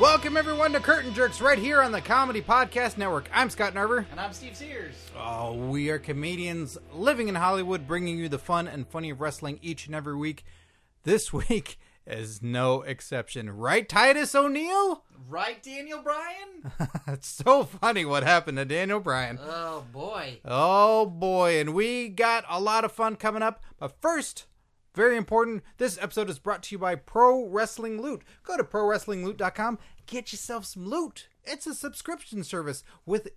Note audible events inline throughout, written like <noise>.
Welcome everyone to Curtain Jerks right here on the Comedy Podcast Network. I'm Scott Narver. And I'm Steve Sears. Oh, we are comedians living in Hollywood, bringing you the fun and funny of wrestling each and every week. This <laughs> week is no exception, right, Titus O'Neil? <laughs> Right, Daniel <laughs> Bryan? That's so funny what happened to Daniel Bryan. oh, boy. Oh boy, and we got a lot of fun coming up. But first, very important, this episode is brought to you by Pro Wrestling Loot. Go to prowrestlingloot.com, get yourself some loot. It's a subscription service with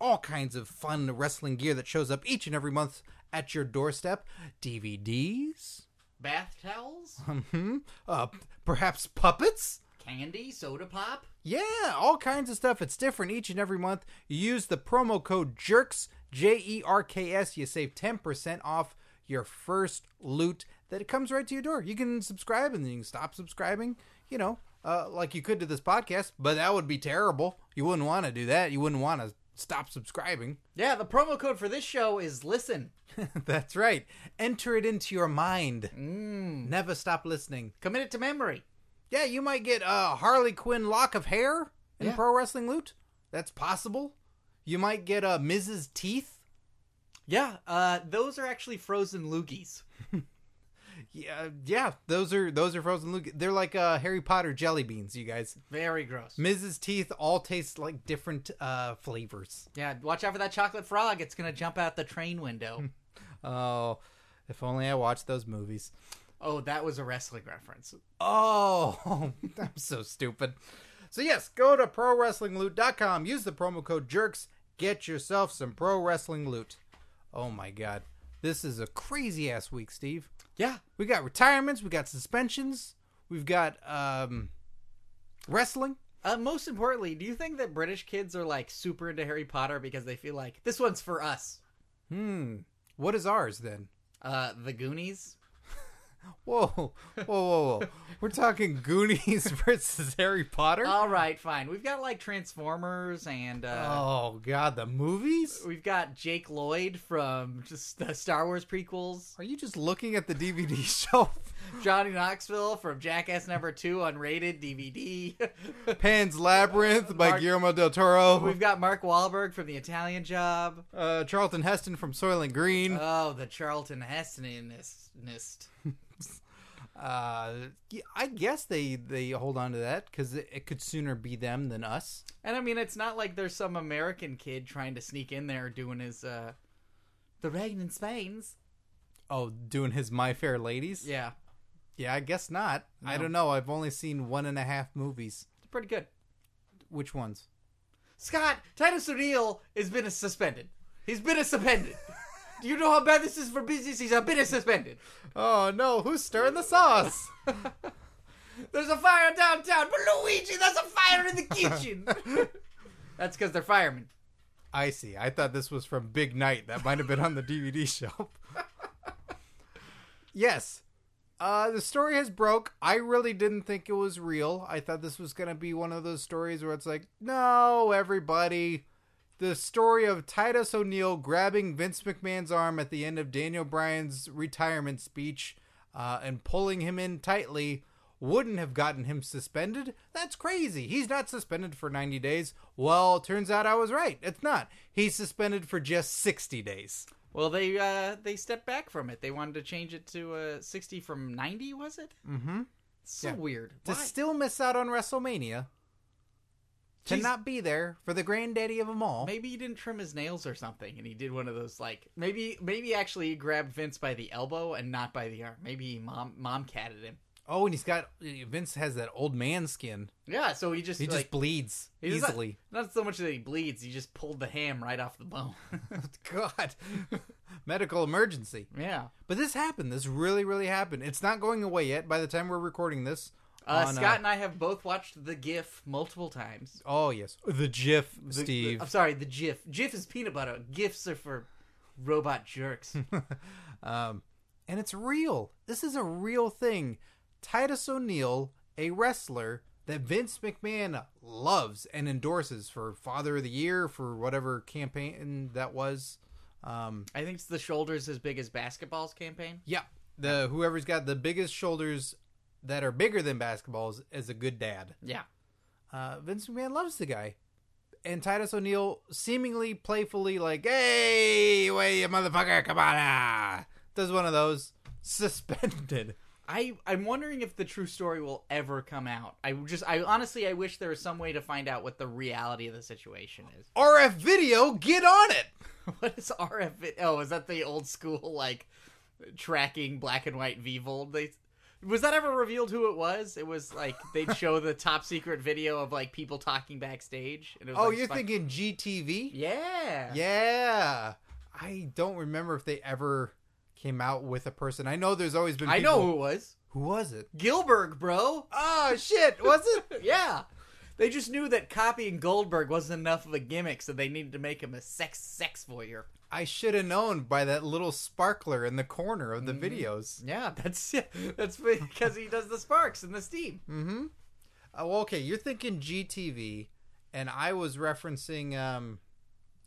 all kinds of fun wrestling gear that shows up each and every month at your doorstep. DVDs, Bath towels, hmm uh, perhaps puppets. candy, soda pop. Yeah, all kinds of stuff. It's different each and every month. You use the promo code JERKS, J E R K S. You save 10% off your first loot that it comes right to your door. You can subscribe and then you can stop subscribing, you know, uh, like you could to this podcast, but that would be terrible. You wouldn't want to do that. You wouldn't want to stop subscribing. <laughs> Yeah, the promo code for this show is listen. That's right. Enter it into your mind. Never stop listening. Commit it to memory. Yeah, you might get a Harley Quinn lock of hair in Yeah. pro wrestling loot. That's possible. You might get a Mrs. Teeth. Yeah, uh, those are actually frozen loogies. Yeah, yeah, those are those are frozen loot. They're like uh, Harry Potter jelly beans, you guys. Very gross. Mrs. Teeth all taste like different uh, flavors. Yeah, watch out for that chocolate frog. It's going to jump out the train window. Oh, if only I watched those movies. oh, that was a wrestling reference. Oh, <laughs> I'm so stupid. So, yes, go to prowrestlingloot.com, use the promo code JERKS, get yourself some pro wrestling loot. Oh my god. This is a crazy ass week, Steve. Yeah. We got retirements, we got suspensions, we've got um wrestling. Uh, most importantly, do you think that British kids are like super into Harry Potter because they feel like this one's for us? Hmm. What is ours then? Uh, the Goonies? Whoa, <laughs> whoa, whoa, whoa. We're talking Goonies <laughs> versus Harry Potter? <laughs> All right, fine. We've got like Transformers and uh, oh, God, the movies? we've got Jake Lloyd from just the Star Wars prequels, Are you just looking at the DVD <laughs> shelf? Johnny Knoxville from Jackass Number Two unrated DVD. Pan's Labyrinth by Mark- Guillermo del Toro. <laughs> we've got Mark Wahlberg from The Italian Job. Uh, Charlton Heston from Soylent Green. Oh, the Charlton Heston in this nist. Uh, yeah, I guess they, they hold on to that because it, it could sooner be them than us. And I mean, it's not like there's some American kid trying to sneak in there doing his uh, the rain in Spain's. Oh, doing his My Fair Ladies? Yeah, Yeah, I guess not. I No. don't know. I've only seen one and a half movies. it's pretty good. Which ones? Scott, Titus O'Neill has been suspended. He's been suspended. Do you know how bad this is for business? He's been suspended. Oh no, who's stirring the sauce? There's a fire downtown, but Luigi, there's a fire in the kitchen. <laughs> That's because they're firemen. I see. I thought this was from Big Night. That might have been on the DVD <laughs> shelf. yes. Uh, the story has broke. I really didn't think it was real. I thought this was going to be one of those stories where it's like, no, everybody. The story of Titus O'Neil grabbing Vince McMahon's arm at the end of Daniel Bryan's retirement speech uh, and pulling him in tightly wouldn't have gotten him suspended. That's crazy. He's not suspended for 90 days. Well, turns out I was right. It's not. He's suspended for just 60 days. Well, they uh, they stepped back from it. They wanted to change it to uh, 60 from 90, was it? Mm-hmm. So Yeah. weird. to Why? still miss out on WrestleMania, to Jeez. not be there for the granddaddy of them all. Maybe he didn't trim his nails or something, and he did one of those like maybe maybe actually he grabbed Vince by the elbow and not by the arm. Maybe he mom mom catted him. Oh, and he's got Vince has that old man skin. Yeah, so he just He like, just bleeds He's not- easily. Not so much that he bleeds, he just pulled the ham right off the bone. <laughs> <laughs> God, medical emergency. yeah. But this happened. This really, really happened. It's not going away yet. By the time we're recording this, Uh, on, Scott and I have both watched the GIF multiple times. oh yes, the GIF, The- uh, Steve. I'm sorry, the GIF. GIF is peanut butter. GIFs are for <laughs> robot jerks. Um, and it's real. This is a real thing. Titus O'Neil, a wrestler that Vince McMahon loves and endorses for Father of the Year for whatever campaign that was. Um, I think it's the shoulders as big as basketballs campaign. yeah, the whoever's got the biggest shoulders that are bigger than basketballs is a good dad. Yeah. Uh, Vince McMahon loves the guy. And Titus O'Neil seemingly playfully like, "Hey, wait, you motherfucker, come on!" Ah! Does one of those <laughs> suspended? I I'm wondering if the true story will ever come out. I just I honestly I wish there was some way to find out what the reality of the situation is. RF video, get on it. <laughs> what is RF? Oh, is that the old school like tracking black and white Vold? They was that ever revealed who it was? It was like <laughs> they'd show the top secret video of like people talking backstage. And it was, Oh, like, you're Spike- thinking GTV? Yeah. Yeah. I don't remember if they ever came out with a person. I know there's always been. I know people- who it was. Who was it? Gilbert, bro. Oh shit! Was <laughs> it? Yeah. They just knew that copying Goldberg wasn't enough of a gimmick, so they needed to make him a sex sex voyeur. I should have known by that little sparkler in the corner of the Mm-hmm. videos. Yeah, <laughs> that's that's because he does the sparks and the steam. Mm-hmm. Oh, okay. You're thinking GTV, and I was referencing. um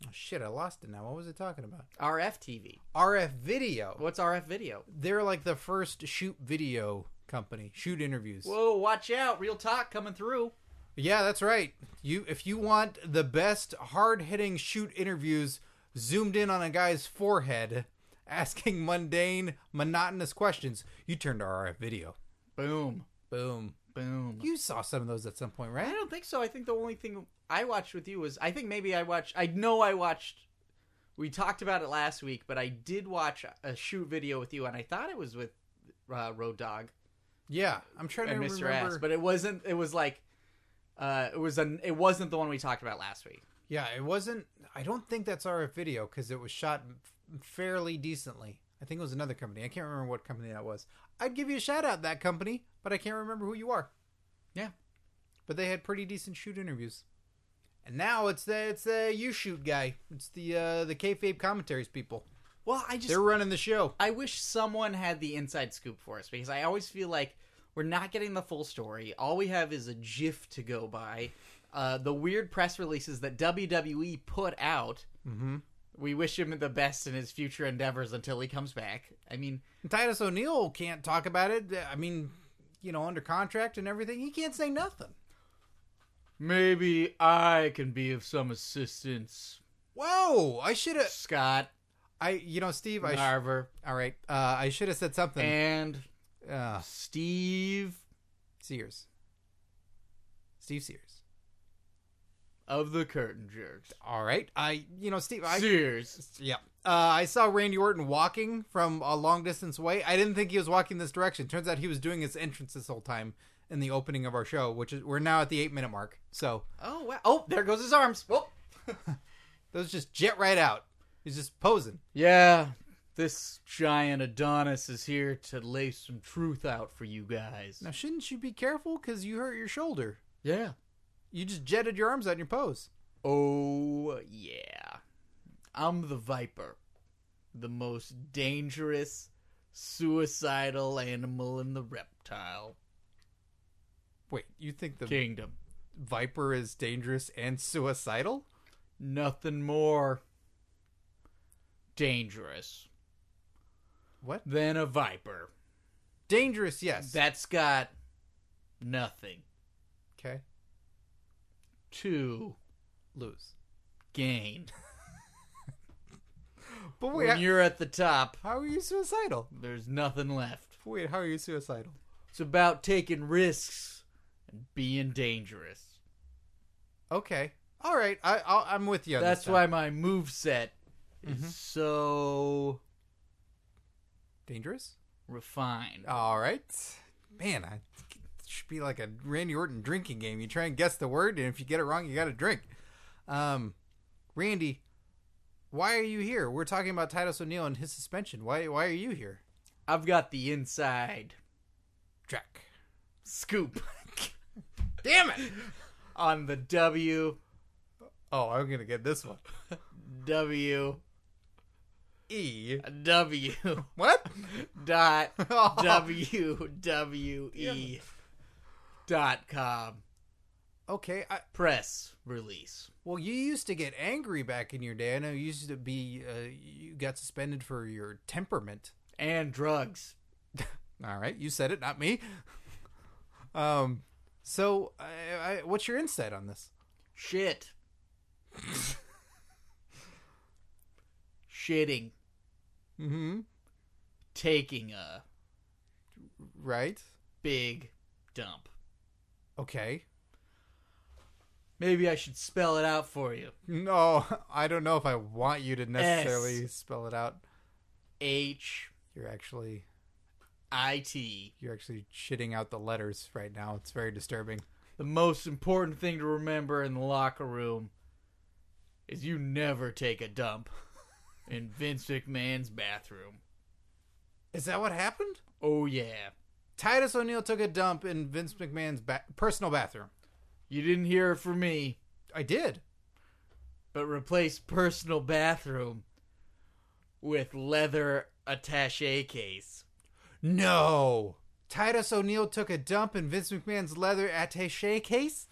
oh, Shit, I lost it now. What was I talking about? RF TV. RF Video. What's RF video? They're like the first shoot video company, shoot interviews. Whoa, watch out! Real talk coming through. Yeah, that's right. You if you want the best hard-hitting shoot interviews zoomed in on a guy's forehead <laughs> asking mundane, monotonous questions, you turn to RF video. Boom, Boom. boom. You saw some of those at some point, I right? don't think so. I think the only thing I watched with you was I think maybe I watched. I know I watched. We talked about it last week, but I did watch a shoot video with you, and I thought it was with uh, Road Dog Yeah, I'm trying to and Mr. remember. Ass, but it wasn't. It was like, uh, it was an. It wasn't the one we talked about last week. yeah, it wasn't. I don't think that's RF video because it was shot f- fairly decently. I think it was another company. I can't remember what company that was. I'd give you a shout out that company, but I can't remember who you are. Yeah. but they had pretty decent shoot interviews. And now it's the it's the you shoot guy. It's the uh, the kayfabe commentaries people. Well, I just They're running the show. I wish someone had the inside scoop for us because I always feel like we're not getting the full story. All we have is a GIF to go by, uh, the weird press releases that WWE put out. Mm-hmm. We wish him the best in his future endeavors until he comes back. I mean, Titus O'Neil can't talk about it. I mean, you know, under contract and everything, he can't say nothing. maybe I can be of some assistance, Whoa! I should have. Scott I you know, Steve. I sh- Narver all right. Uh, I should have said something. and Uh, Steve Sears. Steve Sears. of the Curtain Jerks. All right. I you know, Steve. I Sears. Yeah. Uh, I saw Randy Orton walking from a long distance way. I didn't think he was walking this direction. Turns out he was doing his entrance this whole time in the opening of our show, which is we're now at the eight minute mark. So Oh wow! Oh, there goes his arms. Oh. those just jet right out. He's just posing. Yeah, this giant Adonis is here to lay some truth out for you guys. Now, shouldn't you be careful because you hurt your shoulder? Yeah. You just jetted your arms out in your pose. Oh, yeah. I'm the Viper, the most dangerous, suicidal animal in the reptile Wait, you think the kingdom. viper is dangerous and suicidal? Nothing more dangerous What? than a Viper. Dangerous, yes. That's got nothing okay, to lose. gain. But wait, When how- you're at the top, how are you suicidal? There's nothing left. Wait, how are you suicidal? It's about taking risks and being dangerous. Okay. All right. I, I'll, I'm with you. On That's this time. why my moveset is Mhm. so dangerous. refined. All right, man. I it should be like a Randy Orton drinking game. You try and guess the word, and if you get it wrong, you got to drink. Um, Randy, why are you here? We're talking about Titus O'Neil and his suspension. Why? Why are you here? I've got the inside Jack. scoop <laughs> Damn it! on the W Oh, I'm gonna get this one. <laughs> W E. W <laughs> What? dot Oh. W W E dot com Okay. I, press release. well, you used to get angry back in your day. I know you used to be. Uh, you got suspended for your temperament. And drugs. All right, you said it, not me. <laughs> Um, So, I, I, what's your insight on this? Shit. Shitting. Mm-hmm. Taking a Right. big dump. Okay. Maybe I should spell it out for you. No, <laughs> I don't know if I want you to necessarily spell it out. H You're actually I T. you're actually shitting out the letters right now. It's very disturbing. The most important thing to remember in the locker room is you never take a dump <laughs> in Vince McMahon's bathroom. Is that what happened? Oh yeah. Titus O'Neil took a dump in Vince McMahon's ba- personal bathroom. You didn't hear it from me. I did. but replace personal bathroom with leather attache case. No. Titus O'Neil took a dump in Vince McMahon's leather attaché case.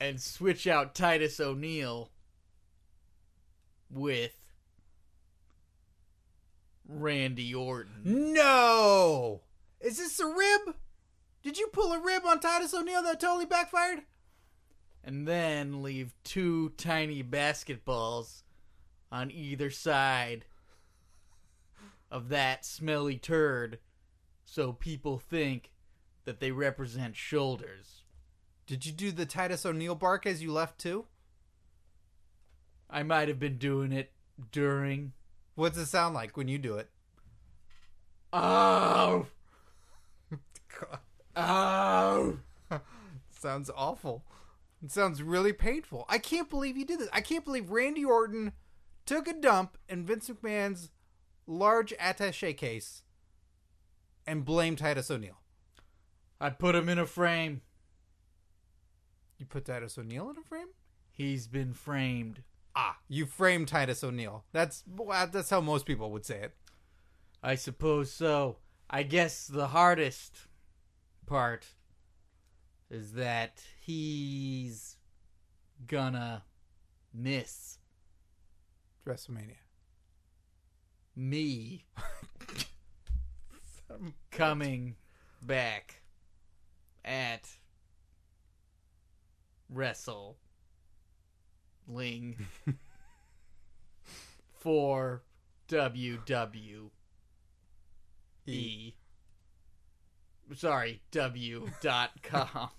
and switch out Titus O'Neil with Randy Orton. No. Is this a rib? Did you pull a rib on Titus O'Neil that totally backfired? And then leave two tiny basketballs on either side of that smelly turd so people think that they represent shoulders. Did you do the Titus O'Neil bark as you left too? I might have been doing it during What's it sound like when you do it? Oh, God, oh. <laughs> sounds awful. It sounds really painful. I can't believe you did this. I can't believe Randy Orton took a dump in Vince McMahon's large attaché case and blamed Titus O'Neil. I put him in a frame. You put Titus O'Neil in a frame? He's been framed. Ah, you framed Titus O'Neil. That's well, that's how most people would say it. I suppose so. I guess the hardest part is that he's gonna miss WrestleMania. me coming back at wrestle ling for WWE. E. Sorry, W <laughs> dot com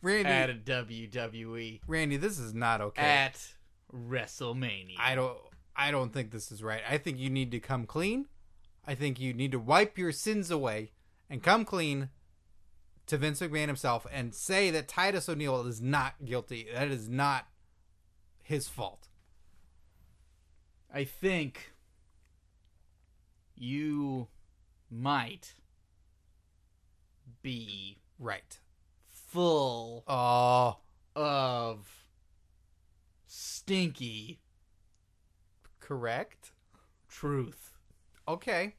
Randy, at WWE Randy, this is not okay. E. at WrestleMania. I don't I don't think this is right. I think you need to come clean. I think you need to wipe your sins away and come clean to Vince McMahon himself and say that Titus O'Neil is not guilty. That is not his fault. I think you might be Right. full Oh, of stinky correct. truth. Okay.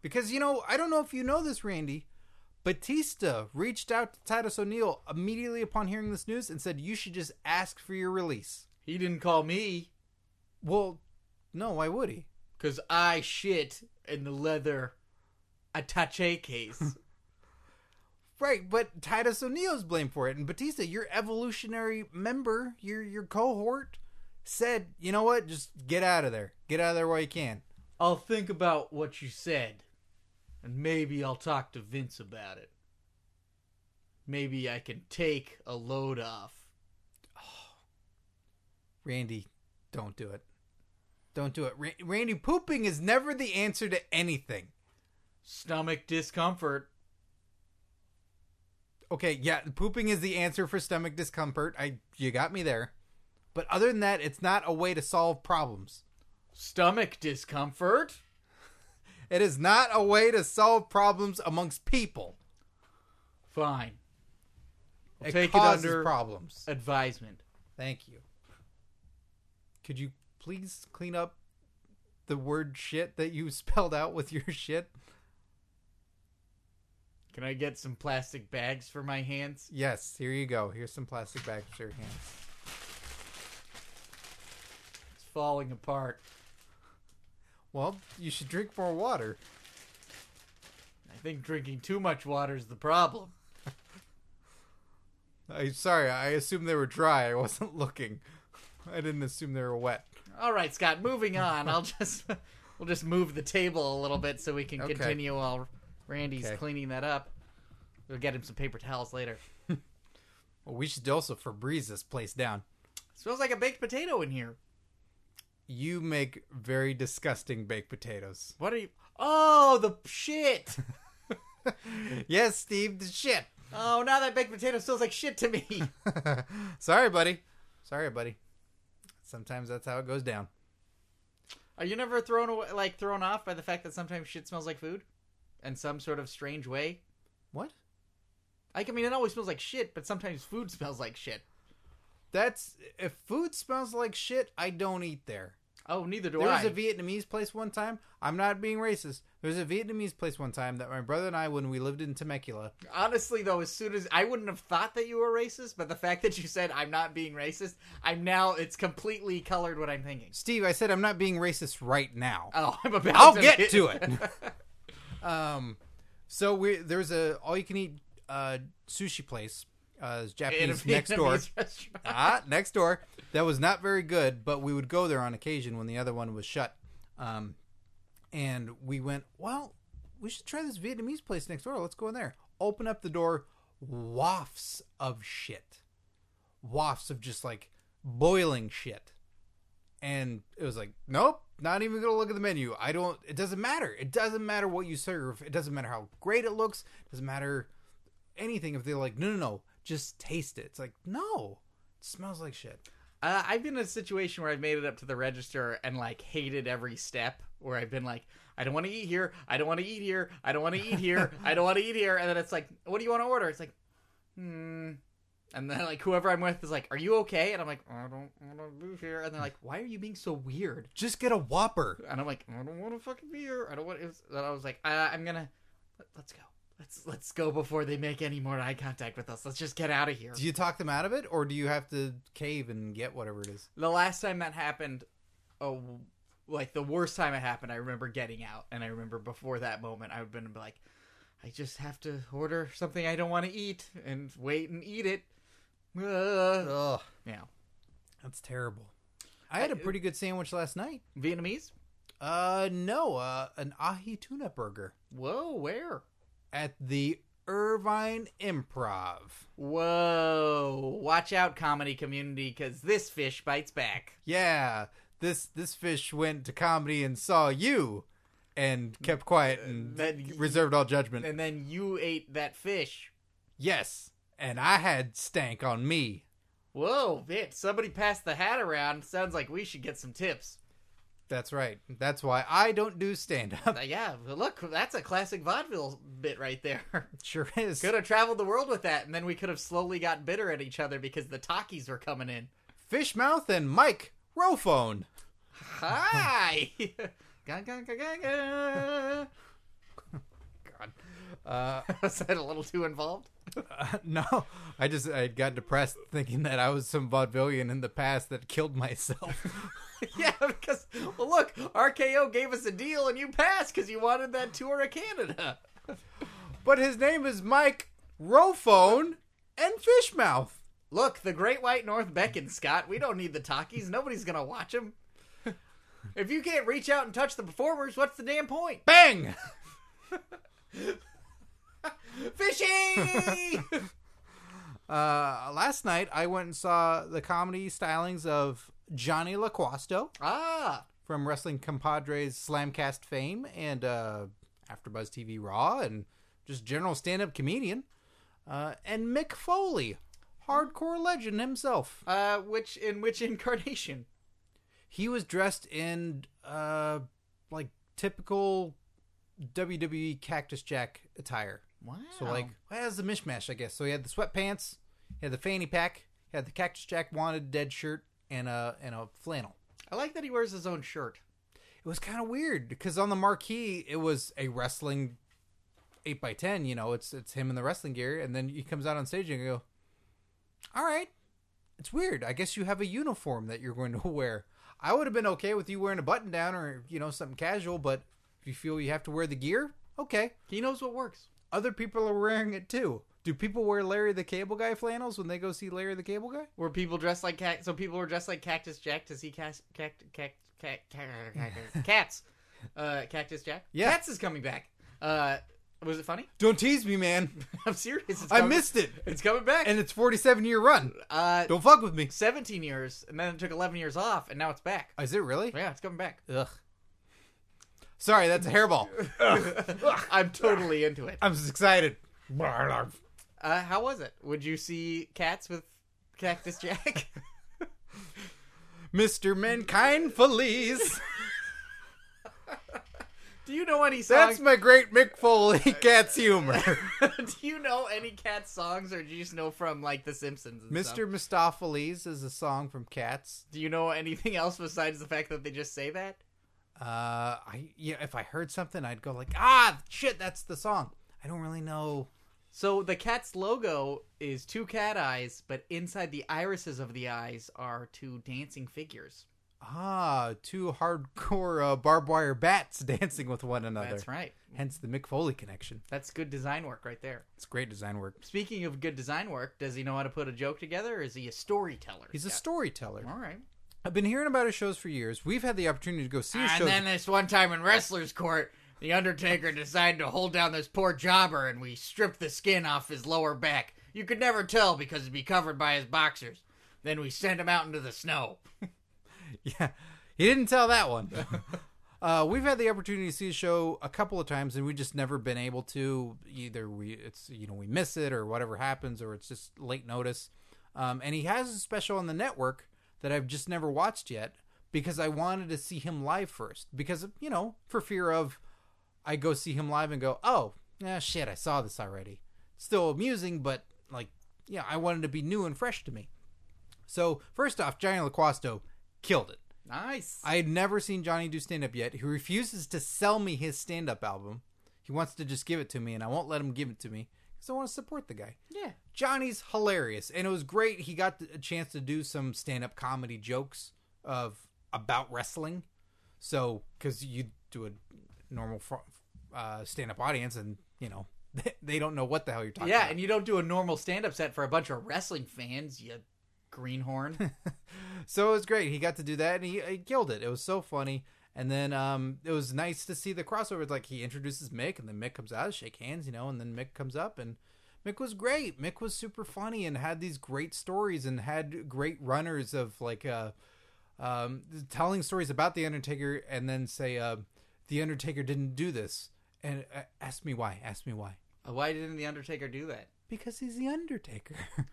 Because you know, I don't know if you know this, Randy. Batista reached out to Titus O'Neil immediately upon hearing this news and said, "You should just ask for your release." He didn't call me Well, no, why would he? because I shit in the leather attache case. Right, but Titus O'Neil's blamed for it, and Batista, your evolutionary member, your your cohort, said, you know what, just get out of there, get out of there while you can. I'll think about what you said, and maybe I'll talk to Vince about it. Maybe I can take a load off. Randy, don't do it, don't do it. Ra- Randy, pooping is never the answer to anything. Stomach discomfort. Okay, yeah, pooping is the answer for stomach discomfort. I you got me there, but other than that, it's not a way to solve problems. Stomach discomfort? It is not a way to solve problems amongst people. Fine. I'll It take it causes under problems. advisement. Thank you. Could you please clean up the word shit that you <laughs> spelled out with your shit? Can I get some plastic bags for my hands? Yes, here you go. Here's some plastic bags for your hands. It's falling apart. Well, you should drink more water. I think drinking too much water is the problem. I'm sorry. I assumed they were dry. I wasn't <laughs> looking. I didn't assume they were wet. All right, Scott. Moving on. I'll just <laughs> we'll just move the table a little bit so we can Okay. continue while Randy's Okay. cleaning that up. We'll get him some paper towels later. Well, we should also Febreze this place down. smells like a baked potato in here. You make very disgusting baked potatoes. <laughs> What are you? Oh, the shit. yes, Steve, the shit. <laughs> Oh, now that baked potato smells like shit to me. sorry, buddy. Sorry, buddy. Sometimes that's how it goes down. Are you never thrown away, like thrown off by the fact that sometimes shit smells like food, in some sort of strange way? What? Like, I mean, it always smells like shit, but sometimes food smells like shit. That's if food smells like shit, I don't eat there. Oh, neither do There I. was a Vietnamese place one time. I'm not being racist. There was a Vietnamese place one time that my brother and I, when we lived in Temecula, Honestly, though, as soon as I wouldn't have thought that you were racist, but the fact that you said I'm not being racist, I'm now it's completely colored what I'm thinking. Steve, I said I'm not being racist right now. Oh, <laughs> I'm about. I'll get <laughs> to it. um, so we there's a all you can eat uh, sushi place, uh, it's In a Japanese next door. Vietnamese restaurant. ah, next door. That was not very good, but we would go there on occasion when the other one was shut. Um, and we went, well, we should try this Vietnamese place next door. Let's go in there. Open up the door, wafts of shit, wafts of just like boiling shit. And it was like, nope, not even gonna look at the menu. I don't. It doesn't matter. It doesn't matter what you serve. It doesn't matter how great it looks. It doesn't matter anything if they're like, no, no, no, just taste it. It's like, no, it smells like shit. Uh, I've been in a situation where I've made it up to the register and like hated every step. Where I've been like, I don't want to eat here. I don't want to eat here. I don't want to <laughs> eat here. I don't want to eat here. And then it's like, what do you want to order? It's like, hmm. And then like whoever I'm with is like, are you okay? And I'm like, I don't want to be here. And they're like, why are you being so weird? Just get a Whopper. And I'm like, I don't want to fucking be here. I don't want. It was, and I was like, uh, I'm gonna. let- Let's go. Let's let's go before they make any more eye contact with us. Let's just get out of here. Do you talk them out of it, or do you have to cave and get whatever it is? The last time that happened, oh, like the worst time it happened, I remember getting out, and I remember before that moment, I've been like, I just have to order something I don't want to eat and wait and eat it. Uh, Ugh, yeah, that's terrible. I had a pretty good sandwich last night. Vietnamese. Uh, no, uh, an ahi tuna burger Whoa, where? at the Irvine Improv. Whoa! Watch out, comedy community, because this fish bites back. Yeah, this this fish went to comedy and saw you, and kept quiet and Then- reserved all judgment. And then you ate that fish. Yes, and I had stank on me. Whoa, Vince! Somebody passed the hat around. Sounds like we should get some tips. That's right. That's why I don't do stand up. <laughs> Uh, yeah, look, that's a classic vaudeville bit right there. <laughs> Sure is. Could have traveled the world with that, and then we could have slowly got bitter at each other because the talkies were coming in. Fishmouth and Mike <laughs> Rophone. Hi! Ga, ga, ga, ga, ga. God. Uh, <laughs> Was that a little too involved? <laughs> no, I just I got depressed thinking that I was some vaudevillian in the past that killed myself. <laughs> yeah, because, well, look, RKO gave us a deal and you passed because you wanted that tour of Canada. but his name is Mike Rophone and Fishmouth. Look, the Great White North beckons, Scott. We don't need the talkies. Nobody's going to watch them. if you can't reach out and touch the performers, what's the damn point? Bang! Fishy! <laughs> Uh, last night I went and saw the comedy stylings of Johnny LaQuasto. ah! from Wrestling Compadres Slamcast fame and uh, AfterBuzz TV Raw and just general stand-up comedian, uh, and Mick Foley, hardcore legend himself. Uh, which in which incarnation? He was dressed in uh, like typical WWE Cactus Jack attire. Wow. So like, well, it was a mishmash, I guess. So he had the sweatpants, he had the fanny pack, he had the Cactus Jack wanted dead shirt, and a and a flannel. I like that he wears his own shirt. it was kind of weird because on the marquee it was a wrestling 8 by 10 you know it's it's him in the wrestling gear and then he comes out on stage and you go all right it's weird i guess you have a uniform that you're going to <laughs> wear i would have been okay with you wearing a button down or you know something casual but if you feel you have to wear the gear okay He knows what works. other people are wearing it too Do people wear Larry the Cable Guy flannels when they go see Larry the Cable Guy? Were people dressed like cat? So people were dressed like Cactus Jack to see Cac- cact cact cact <laughs> cact- cats. Uh, Cactus Jack. Yeah. Cats is coming back. Uh, was it funny? <laughs> Don't tease me, man. <laughs> I'm serious. It's I coming- missed it, It's coming back. and it's 47 year run. uh, Don't fuck with me. 17 years, and then it took 11 years off, and now it's back. Is it really? Yeah, it's coming back. Ugh. Sorry, that's a hairball. I'm totally into it. I'm just excited. Uh, how was it? Would you see cats with Cactus Jack? Mr. Mankind <laughs> Feliz. Do you know any songs? That's my great Mick <laughs> Foley cat's humor. <laughs> <laughs> Do you know any cat songs, or do you just know from like The Simpsons? And stuff? Mr. Mistopheles is a song from Cats. Do you know anything <laughs> else besides the fact that they just say that? Uh, I yeah, if I heard something, I'd go like, ah, shit, that's the song. I don't really know. So the cat's logo is two cat eyes, but inside the irises of the eyes are two dancing figures. Ah, two hardcore uh, barbed wire bats <laughs> dancing with one another. That's right. Hence the Mick Foley connection. That's good design work right there. It's great design work. Speaking of good design work, does he know how to put a joke together? Or is he a storyteller? He's a Yeah. storyteller. All right. I've been hearing about his shows for years. We've had the opportunity to go see his And shows. then this one time in wrestler's court, the Undertaker decided to hold down this poor jobber, and we stripped the skin off his lower back. You could never tell because it'd be covered by his boxers. Then we sent him out into the snow. <laughs> Yeah, he didn't tell that one. <laughs> uh, we've had the opportunity to see the show a couple of times, and we just never been able to. Either we, it's you know, we miss it, or whatever happens, or it's just late notice. Um, and he has a special on the network that I've just never watched yet because I wanted to see him live first because you know for fear of I go see him live and go oh ah, shit I saw this already still amusing but like yeah I wanted to be new and fresh to me so first off Johnny LaQuasto killed it Nice. I had never seen Johnny do stand up yet. He refuses to sell me his stand up album. He wants to just give it to me, and I won't let him give it to me because I want to support the guy. yeah. Johnny's hilarious, and it was great. He got a chance to do some stand up comedy jokes of about wrestling. So, because you do a normal fr- uh, stand up audience, and you know <laughs> they don't know what the hell you're talking Yeah, about. and you don't do a normal stand up set for a bunch of wrestling fans, you <laughs> greenhorn. so it was great. He got to do that, and he, he killed it. It was so funny. And then um, it was nice to see the crossover. It's like he introduces Mick, and then Mick comes out, shake hands, you know, and then Mick comes up, and Mick was great. Mick was super funny and had these great stories and had great runners of like uh, um, telling stories about the Undertaker, and then say uh, the Undertaker didn't do this, and uh, ask me why, ask me why, Uh, Why didn't The Undertaker do that? because he's the Undertaker. <laughs>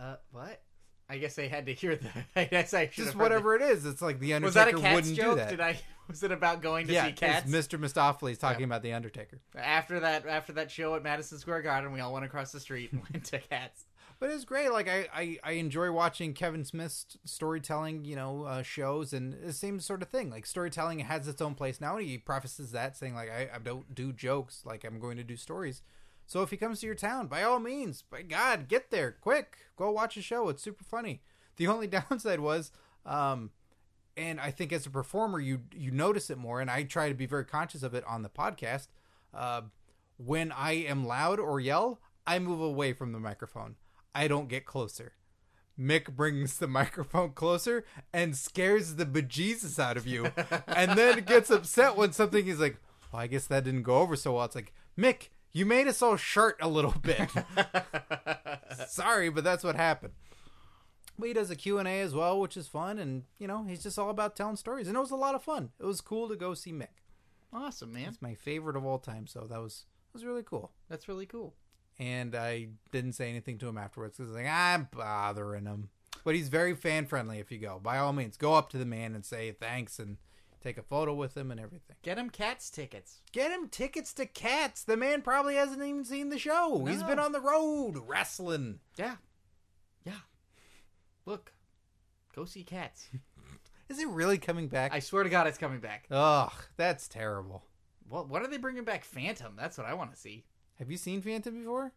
Uh, what? I guess I had to hear that. <laughs> I guess I should Just whatever it is, it's like the Was that a Undertaker cat's wouldn't joke? do that. Did I? <laughs> Was it about going to see it's cats? Mr. Mistopheles talking about the Undertaker. After that, after that show at Madison Square Garden, we all went across the street and <laughs> went to Cats. But it's great. Like I, I, I enjoy watching Kevin Smith's storytelling, you know, uh, shows and the same sort of thing. Like storytelling has its own place now. And he prefaces that saying like, I, I don't do jokes. Like I'm going to do stories. So if he comes to your town, by all means, by God, get there quick. Go watch a show. It's super funny. The only <laughs> downside was, um, and I think as a performer, you you notice it more. And I try to be very conscious of it on the podcast. Uh, when I am loud or yell, I move away from the microphone. I don't get closer. Mick brings the <laughs> microphone closer and scares the bejesus out of you, and then gets upset when something is like, "Well, I guess that didn't go over so well." It's like, Mick, you made us all shirt a little bit. Sorry, but that's what happened. But he does a Q and A as well, which is fun, and you know he's just all about telling stories, and it was a lot of fun. It was cool to go see Mick. Awesome, man. It's my favorite of all time, so that was that was really cool. That's really cool. And I didn't say anything to him afterwards because like I'm bothering him, but he's very fan friendly. If you go, by all means, go up to the man and say thanks and take a photo with him and everything. Get them Cats tickets. Get him tickets to Cats. The man probably hasn't even seen the show. He's been on the road wrestling. Yeah, yeah. Look, go see Cats. Is it really coming back? I swear to God, it's coming back. Ugh, that's terrible. What? What are they bringing back? Phantom. That's what I want to see. Have you seen Phantom before?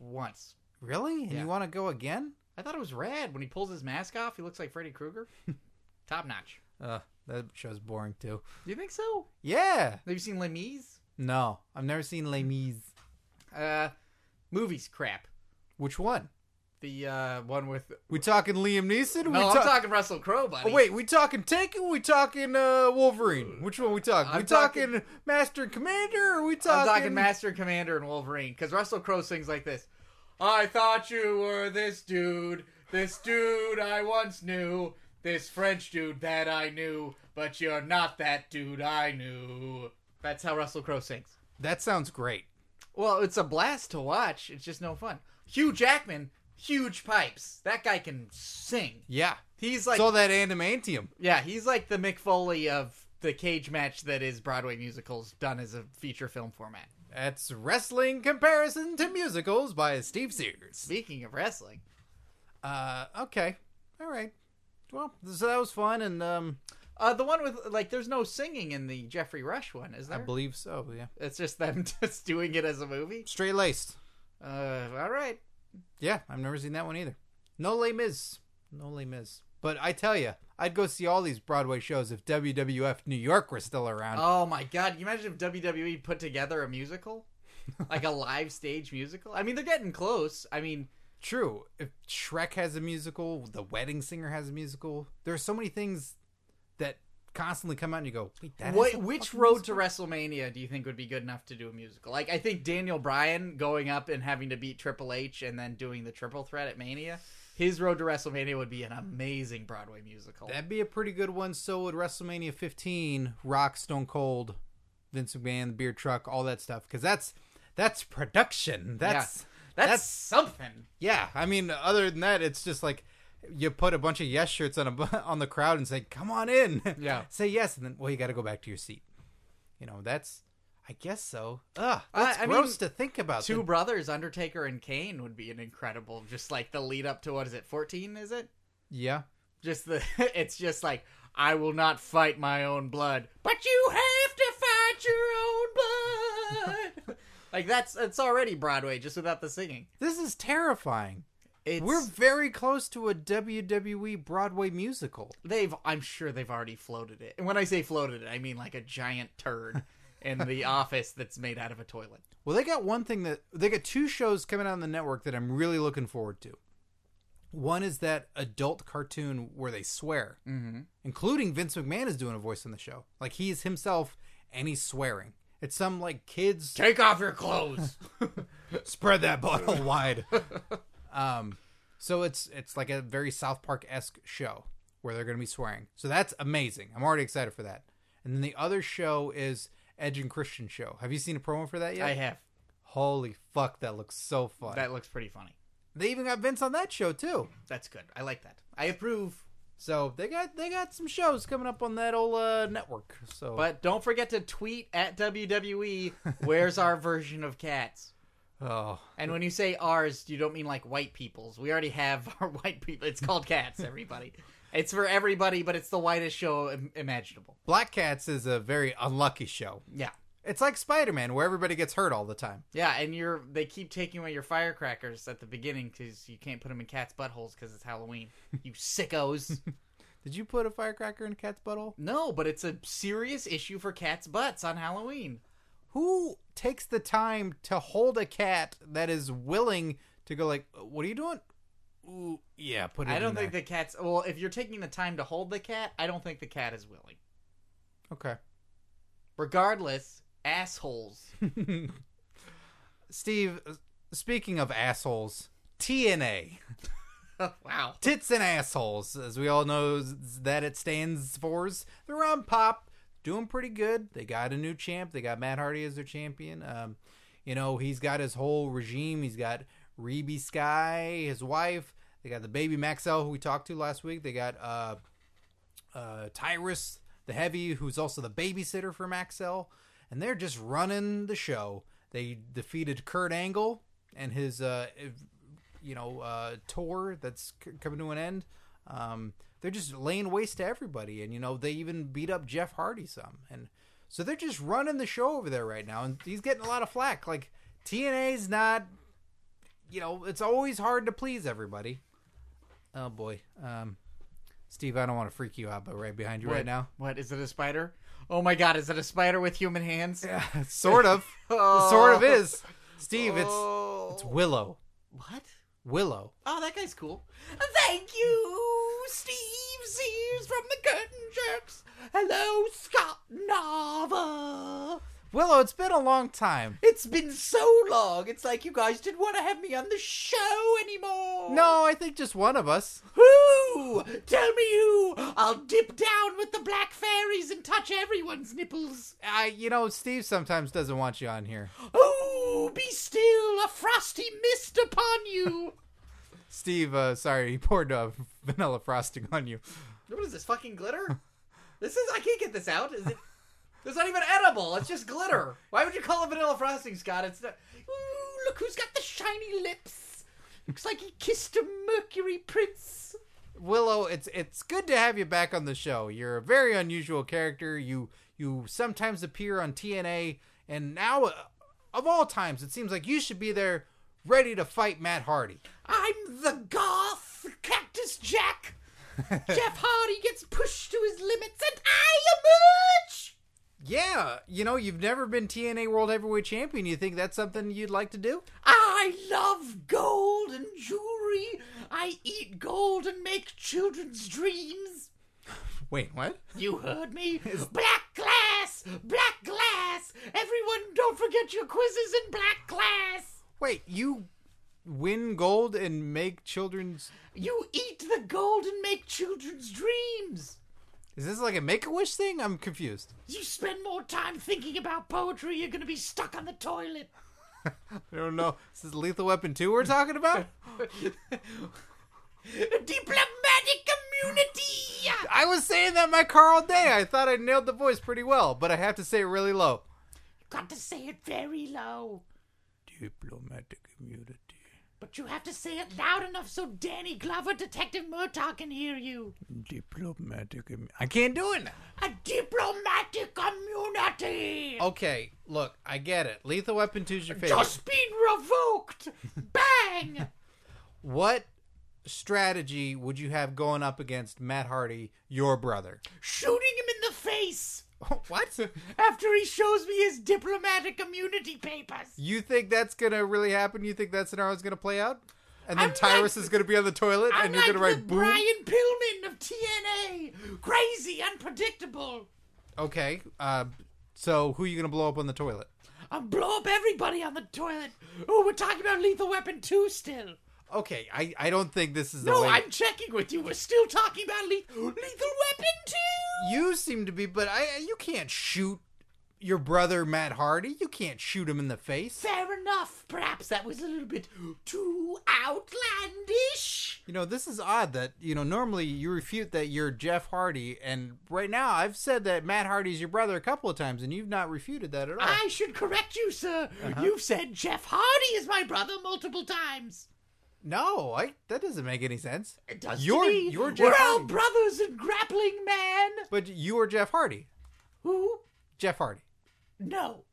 Once. Really? And Yeah. you want to go again? I thought it was rad when he pulls his mask off. He looks like Freddy <laughs> Krueger. Top notch. Ugh, that show's boring too. Do you think so? Yeah. Have you seen Lemies? No, I've never seen Les Mis. Uh, movies crap. Which one? The uh, one <laughs> with We talking Liam Neeson? we no, I'm talk- talking Russell Crowe, buddy. Oh, wait, we talking Taken? We talking uh, Wolverine? Which one we talking? I'm we talking, Master and Commander? Or we talking? I'm talking Master and Commander and Wolverine because Russell Crowe sings like this. I thought you were this dude, this dude I once knew, this French dude that I knew, but you're not that dude I knew. That's how Russell Crowe sings. That sounds great. Well, it's a blast to watch. It's just no fun. Hugh Jackman, huge pipes. That guy can sing. Yeah, He's like, it's all that adamantium. yeah, he's like the Mick Foley of the cage match that is Broadway musicals done as a feature film format. That's wrestling comparison to musicals by Steve Sears. Speaking of wrestling, Uh, okay, all right. Well, so that was fun, and um, uh, the one with like, there's no singing in the Jeffrey Rush one, is I there? believe so. Yeah, it's just them <laughs> just doing it as a movie. straight laced. Uh, all right. Yeah, I've never seen that one either. No Les Mis, no Les Mis. But I tell you, I'd go see all these Broadway shows if WWF New York were still around. Oh my God! Can you imagine if WWE put together a musical, like a live stage musical? I mean, they're getting close. I mean, True. If Shrek has a musical, The Wedding Singer has a musical. There are so many things that constantly come out and you go, wait, that What, has a which fucking road musical? to WrestleMania do you think would be good enough to do a musical? Like, I think Daniel Bryan going up and having to beat Triple H and then doing the triple threat at Mania, his road to WrestleMania would be an amazing Broadway musical. That'd be a pretty good one. So would WrestleMania 15, Rock, Stone Cold, Vince McMahon, the beer truck, all that stuff. Because that's that's production. That's that's, that's- something. yeah. I mean, other than that, it's just like you put a bunch of yes shirts on a bu- <laughs> on the crowd and say, "Come on in." <laughs> Yeah. say yes, and then well, you got to go back to your seat. You know, that's. I guess so. Ugh, I- that's I mean, gross to think about. Two <laughs> The- brothers, Undertaker and Kane, would be an incredible. Just like the lead up to what is it? Fourteen? Is it? Yeah. Just the. <laughs> It's just like I will not fight my own blood, but you have to fight your own blood. <laughs> like that's it's already Broadway, just without the singing. This is terrifying. It's, We're very close to a WWE Broadway musical. they've I'm sure they've already floated it. And when I say floated it, I mean like a giant turd in the office that's made out of a toilet. Well, they got one thing that they got two shows coming out on the network that I'm really looking forward to. One is that adult cartoon where they swear, Mm-hmm. including Vince McMahon is doing a voice on the show. Like he is himself and he's swearing. It's some like kids Take off your clothes. <laughs> spread that bottle <laughs> wide. Um, so it's it's like a very South Park esque show where they're going to be swearing. So that's amazing. I'm already excited for that. And then the other show is Edge and Christian show. Have you seen a promo for that yet? I have. Holy fuck, that looks so fun. That looks pretty funny. they even got Vince on that show too. That's good. I like that. I approve. So they got they got some shows coming up on that old uh, network. So But don't forget to tweet at WWE. Where's our version of cats? oh And when you say ours, you don't mean like white people's. We already have <laughs> our white people. It's called cats. Everybody. It's for everybody, but it's the whitest show im- imaginable. Black Cats is a very unlucky show. Yeah. It's like Spider Man where everybody gets hurt all the time. Yeah, and you're they keep taking away your firecrackers at the beginning because you can't put them in cats' buttholes because <laughs> it's Halloween. You sickos. Did you put a firecracker in a cat's butthole? no, but it's a serious issue for cats' butts on Halloween. who takes the time to hold a cat that is willing to go like what are you doing Ooh, yeah put it I in don't there. think the cats. Well, if you're taking the time to hold the cat, I don't think the cat is willing. Regardless, <laughs> assholes. <laughs> okay steve uh, speaking of assholes tna wow. <laughs> tits and assholes as we all know that it stands for they're on pop doing pretty good they got a new champ they got matt hardy as their champion um, you know he's got his whole regime he's got Reby sky his wife they got the baby maxell who we talked to last week they got uh, uh, tyrus the heavy who's also the babysitter for maxell and they're just running the show they defeated kurt angle and his uh, you know uh, tour that's c- coming to an end. Um, they're just laying waste to everybody, and you know they even beat up Jeff Hardy some, and so they're just running the show over there right now, and he's getting a lot of flack. Like TNA's not, you know, it's always hard to please everybody. Oh boy, um, Steve, I don't want to freak you out, but right behind you What- right now, What is it? A <laughs> spider? Oh my god! Is it a spider with human hands? <laughs> sort of, Oh. sort of is. Steve, Oh. it's it's Willow. What? Willow. Oh, that guy's cool. Thank you, Steve Sears from the Curtain Jerks. Hello, Scott Nava. Willow, it's been a long time. It's been so long. It's like you guys didn't want to have me on the show anymore. No, I think just one of us. Who? Tell me who. I'll dip down with the black fairies and touch everyone's nipples. I, you know, Steve sometimes doesn't want you on here. Oh, be still, a frosty mist upon you. Steve, uh, sorry, he poured uh, <laughs> vanilla frosting on you. What is this fucking glitter? This is I can't get this out. Is it? It's not even edible. It's just glitter. Why would you call it vanilla frosting, Scott? It's not. Ooh, look who's got the shiny lips. Looks like he kissed a mercury prince. Willow, it's it's good to have you back on the show. You're a very unusual character. You you sometimes appear on TNA, and now uh, of all times, it seems like you should be there, ready to fight Matt Hardy. I'm the goth cactus Jack. Jeff Hardy gets pushed to his limits, and I emerge. Yeah, you know, you've never been TNA World Heavyweight Champion. You think that's something you'd like to do? I love gold and jewelry. I eat gold and make children's dreams. Wait, what? You heard me. black glass, black glass. Everyone, don't forget your quizzes in black glass. Wait, you win gold and make children's. You eat the gold and make children's dreams. Is this like a make a wish thing? I'm confused. You spend more time thinking about poetry, you're gonna be stuck on the toilet. I don't know. Is this Lethal Weapon 2 we're talking <laughs> about? Diplomatic immunity. I was saying that my car all day. I thought I nailed the voice pretty well, but I have to say it really low. Got to say it very low, Diplomatic immunity. but you have to say it loud enough so Danny Glover, Detective Murtaugh, can hear you. Diplomatic immunity. I can't do it now. A diplomatic immunity. Okay, look, I get it. Lethal Weapon 2 is your favorite. just been revoked. Bang! What strategy would you have going up against Matt Hardy, your <laughs> brother? Shooting him in the face what? after he shows me his diplomatic immunity papers. You think that's gonna really happen? You think that scenario's gonna play out? And then I'm Tyrus like- is gonna be on the toilet, I'm and you're like gonna write the boom. Brian Pillman of TNA. Crazy, unpredictable. Okay. Uh, so who are you gonna blow up on the toilet? I'll blow up everybody on the toilet. Oh, we're talking about Lethal Weapon 2 still. Okay, I, I don't think this is the No, way. I'm checking with you. We're still talking about Le- Lethal Weapon 2. You seem to be, but I you can't shoot your brother Matt Hardy. You can't shoot him in the face. Fair enough. Perhaps that was a little bit too outlandish. You know, this is odd that, you know, normally you refute that you're Jeff Hardy, and right now I've said that Matt Hardy's your brother a couple of times, and you've not refuted that at all. I should correct you, sir. You've said Jeff Hardy is my brother multiple times. No, I that doesn't make any sense. It does You're- to me. you're We're Jeff all Hardy. brothers in grappling, man. But you are Jeff Hardy. Who? Jeff Hardy. <laughs> No.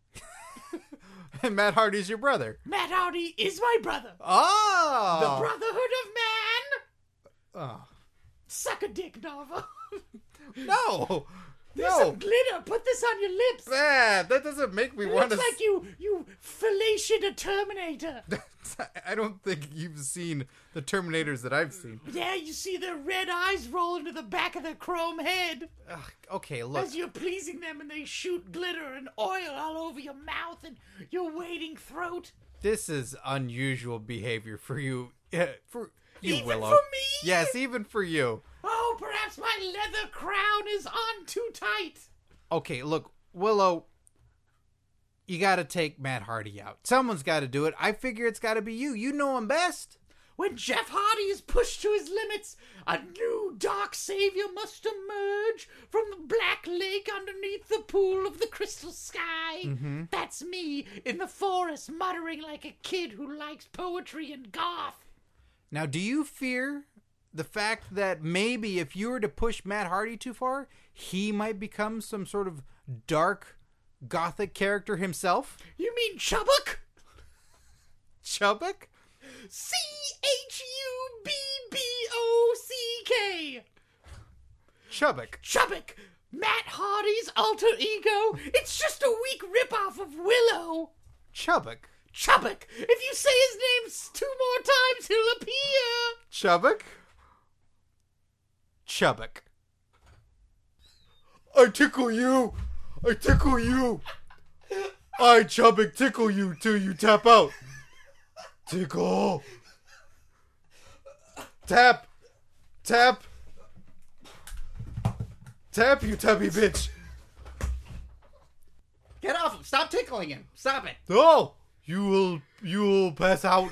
And Matt Hardy's your brother. Matt Hardy is my brother. Oh. The Brotherhood of Man. Oh. Suck a dick, <laughs> Nova. No. There's no. some glitter. Put this on your lips. Bad. That doesn't make me It want looks to like you, you fellated a Terminator. <laughs> I don't think you've seen the Terminators that I've seen. yeah, you see their red eyes roll into the back of their chrome head Ugh, okay, look. as you're pleasing them and they shoot glitter and oil all over your mouth and your waiting throat. This is unusual behavior for you. <laughs> eh, For you, Even Willow. for me? Yes, even for you. Oh, perhaps my leather crown is on too tight. Okay, look, Willow. You got to take Matt Hardy out. Someone's got to do it. I figure it's got to be you. You know him best. When Jeff Hardy is pushed to his limits, a new dark savior must emerge from the black lake underneath the pool of the crystal sky. That's me in the forest muttering like a kid who likes poetry and goth. Now, do you fear the fact that maybe if you were to push Matt Hardy too far, he might become some sort of dark gothic character himself? You mean Chubbuck? Chubbuck? C H U B B O C K. Chubbuck. Chubbuck! Matt Hardy's alter ego? It's just a weak ripoff of Willow! Chubbuck. Chubbuck, if you say his name s- two more times, he'll appear. Chubbuck? Chubbuck. I tickle you. I tickle you. I chubbick tickle you till you tap out. Tickle. Tap. Tap. Tap, you tabby bitch. Get off him. Stop tickling him. Stop it. No. You will. You will pass out.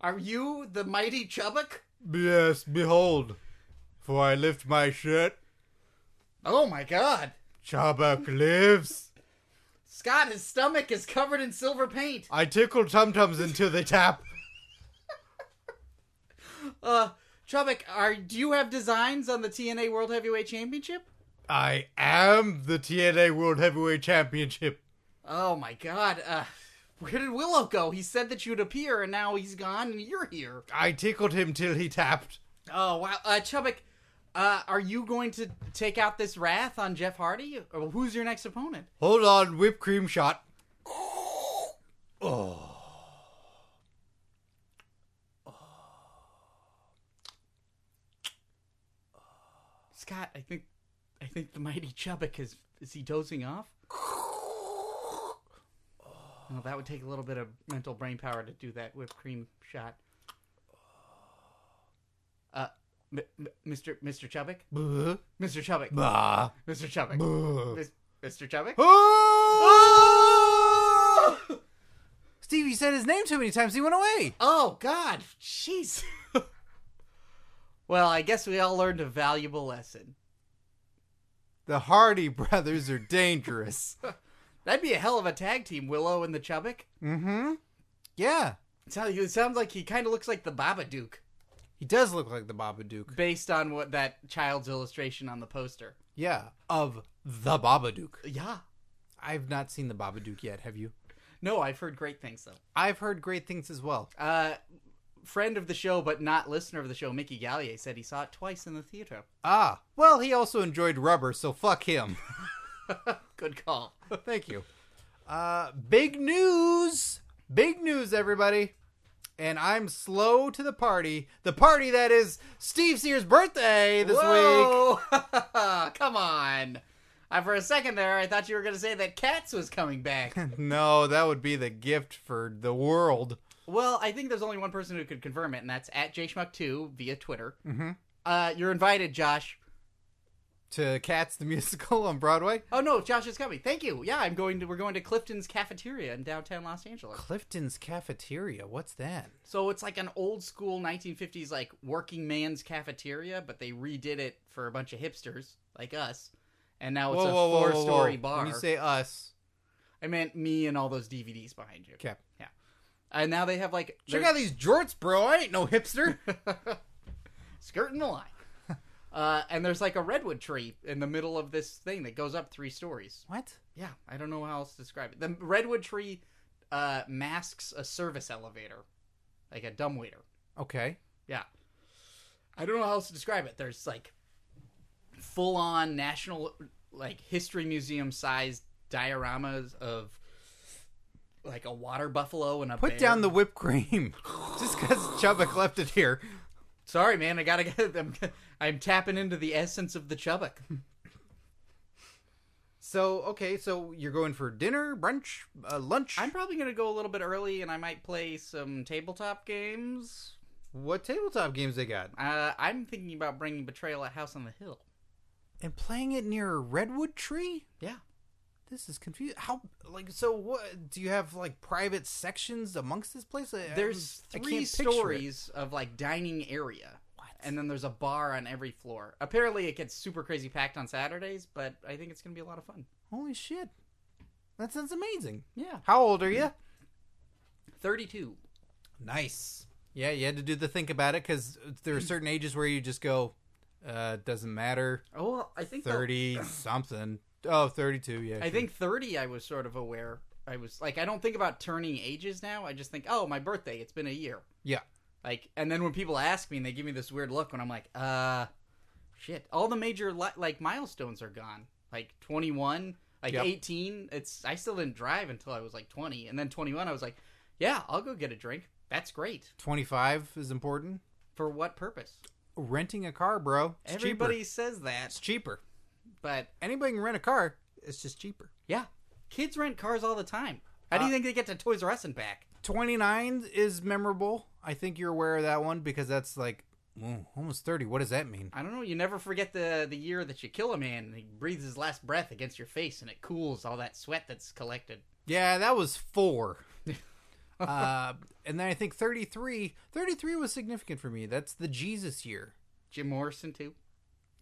Are you the mighty Chubbuck? Yes, behold. For I lift my shirt. Oh my god. Chubbuck lives. Scott, his stomach is covered in silver paint. I tickle tum tums until they tap. Uh, Chubbuck, are do you have designs on the TNA World Heavyweight Championship? I am the TNA World Heavyweight Championship. Oh my god. Uh, where did Willow go? He said that you'd appear, and now he's gone, and you're here. I tickled him till he tapped. Oh wow, uh, Chubbuck, uh, are you going to take out this wrath on Jeff Hardy? Or who's your next opponent? Hold on, whipped cream shot. Scott, I think, I think the mighty Chubbuck is is he dozing off? Well, that would take a little bit of mental brain power to do that whipped cream shot. Uh, m- m- Mr. Mr. Chubbuck, Bah. Mr. Chubbuck, Bah. Mr. Chubbuck, Bah. Mis- Mr. Chubbuck. Ah! <laughs> Steve, you said his name too many times. He went away. Oh God, jeez. well, I guess we all learned a valuable lesson. The Hardy brothers are dangerous. That'd be a hell of a tag team, Willow and the Chubbuck. mm-hmm. <laughs> Yeah. It sounds, it sounds like he kind of looks like the Babadook, He does look like the Babadook. based on what that child's illustration on the poster. Yeah. Of the Babadook. Yeah. I've not seen the Babadook yet, have you? No, I've heard great things though. I've heard great things as well. Uh, friend of the show, but not listener of the show, Mickey Gallier said he saw it twice in the theater. Ah, well, he also enjoyed rubber, so fuck him. <laughs> Good call. Thank you. Uh, big news! Big news, everybody! And I'm slow to the party. The party that is Steve Sears' birthday this week. Whoa! <laughs> Come on. I, for a second there, I thought you were going to say that Cats was coming back. No, that would be the gift for the world. Well, I think there's only one person who could confirm it, and that's at jschmuck2 via Twitter. Mm-hmm. Uh, you're invited, Josh. To Cats the Musical <laughs> on Broadway. Oh no, Josh is coming. Thank you. Yeah, I'm going to. We're going to Clifton's Cafeteria in downtown Los Angeles. Clifton's Cafeteria. What's that? So it's like an old school 1950s like working man's cafeteria, but they redid it for a bunch of hipsters like us, and now Oh, it's a four story bar. When you say us, I meant me and all those DVDs behind you. okay. And now they have like Check they're- out these jorts, bro. I ain't no <laughs> hipster. skirting <laughs> the line. Uh, and there's like a redwood tree in the middle of this thing that goes up three stories. what? Yeah, I don't know how else to describe it. The redwood tree uh, masks a service elevator, like a dumbwaiter. Okay. Yeah, I don't know how else to describe it. There's like full on national like history museum sized dioramas of like a water buffalo and a Put bear. down the whipped cream. <laughs> Just because Chubbuck left it here. Sorry, man. I gotta get <laughs> them. I'm tapping into the essence of the chubbuck. <laughs> So, okay, so you're going for dinner, brunch, uh, lunch. I'm probably gonna go a little bit early, and I might play some tabletop games. What tabletop games they got? Uh, I'm thinking about bringing Betrayal at House on the Hill. And playing it near a redwood tree? Yeah. This is confusing. How, like, so what? Do you have, like, private sections amongst this place? I- I There's don't- I three can't picture it. stories of like dining area. What? And then there's a bar on every floor. Apparently, it gets super crazy packed on Saturdays, but I think it's gonna be a lot of fun. Holy shit. That sounds amazing. Yeah. How old are you? Thirty-two. <clears throat> Nice. Yeah, you had to do the think about it because there <clears throat> are certain ages where you just go, uh, doesn't matter. Oh, well, I think the- 30 something. Oh, 32, yeah. I sure. think 30 I was sort of aware. I was like I don't think about turning ages now. I just think, "Oh, my birthday. It's been a year." Yeah. Like and then when people ask me and they give me this weird look when I'm like, "Uh, shit. All the major li- like milestones are gone. Like 21, like Yep. 18, it's I still didn't drive until I was like 20 and then 21 I was like, Yeah, I'll go get a drink. That's great. 25 is important. For what purpose? Renting a car, bro. It's Everybody cheaper. says It's that, cheaper. but Anybody can rent a car. It's just cheaper. yeah, kids rent cars all the time. How do you Uh, think they get to Toys R Us and back? 29 is memorable. I think you're aware of that one because that's like ooh, almost 30. What does that mean? I don't know. You never forget the the year that you kill a man and he breathes his last breath against your face and it cools all that sweat that's collected. Yeah, that was <laughs> four. uh, and then I think 33. 33 was significant for me. That's the Jesus year. Jim Morrison too.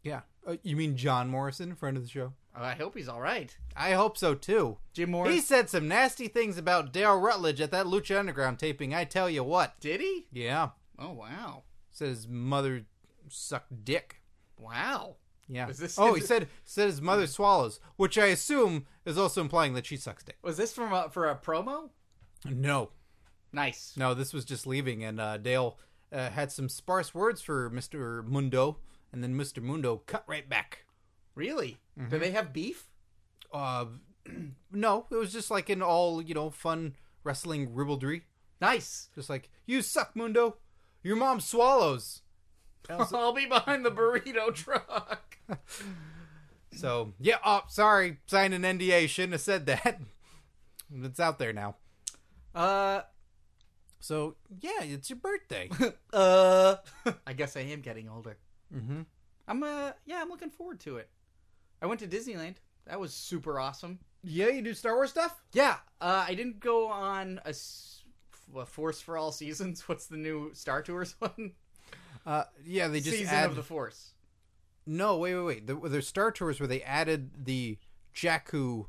Yeah. Uh, you mean John Morrison, friend of the show? Oh, I hope he's all right. I hope so too. Jim Morrison He said some nasty things about Dale Rutledge at that Lucha Underground taping. I tell you what. did he? Yeah. Oh wow, Said his mother sucked dick. wow. Yeah. Was this- oh, he said said his mother swallows, which I assume is also implying that she sucks dick. Was this from a, for a promo? No, Nice. no, this was just leaving, and uh, Dale uh, had some sparse words for Mister Mundo, and then Mister Mundo cut right back. Really? Do they have beef? Uh, <clears throat> no, it was just like an all you know fun wrestling ribaldry, Nice. just like you suck, Mundo. Your mom swallows. <laughs> I'll be behind the burrito <laughs> truck. So yeah, oh sorry, signed an NDA. Shouldn't have said that. <laughs> it's out there now. Uh, So yeah, it's your birthday. uh. <laughs> I guess I am getting older. Mm-hmm. I'm uh, yeah, I'm looking forward to it. I went to Disneyland. That was super awesome. <laughs> yeah, you do Star Wars stuff. Yeah, uh, I didn't go on a, s- a Force for All Seasons. <laughs> What's the new Star Tours <laughs> one? Uh, yeah, they just Season add. of the Force. No, wait, wait, wait. There were there Star Tours where they added the Jakku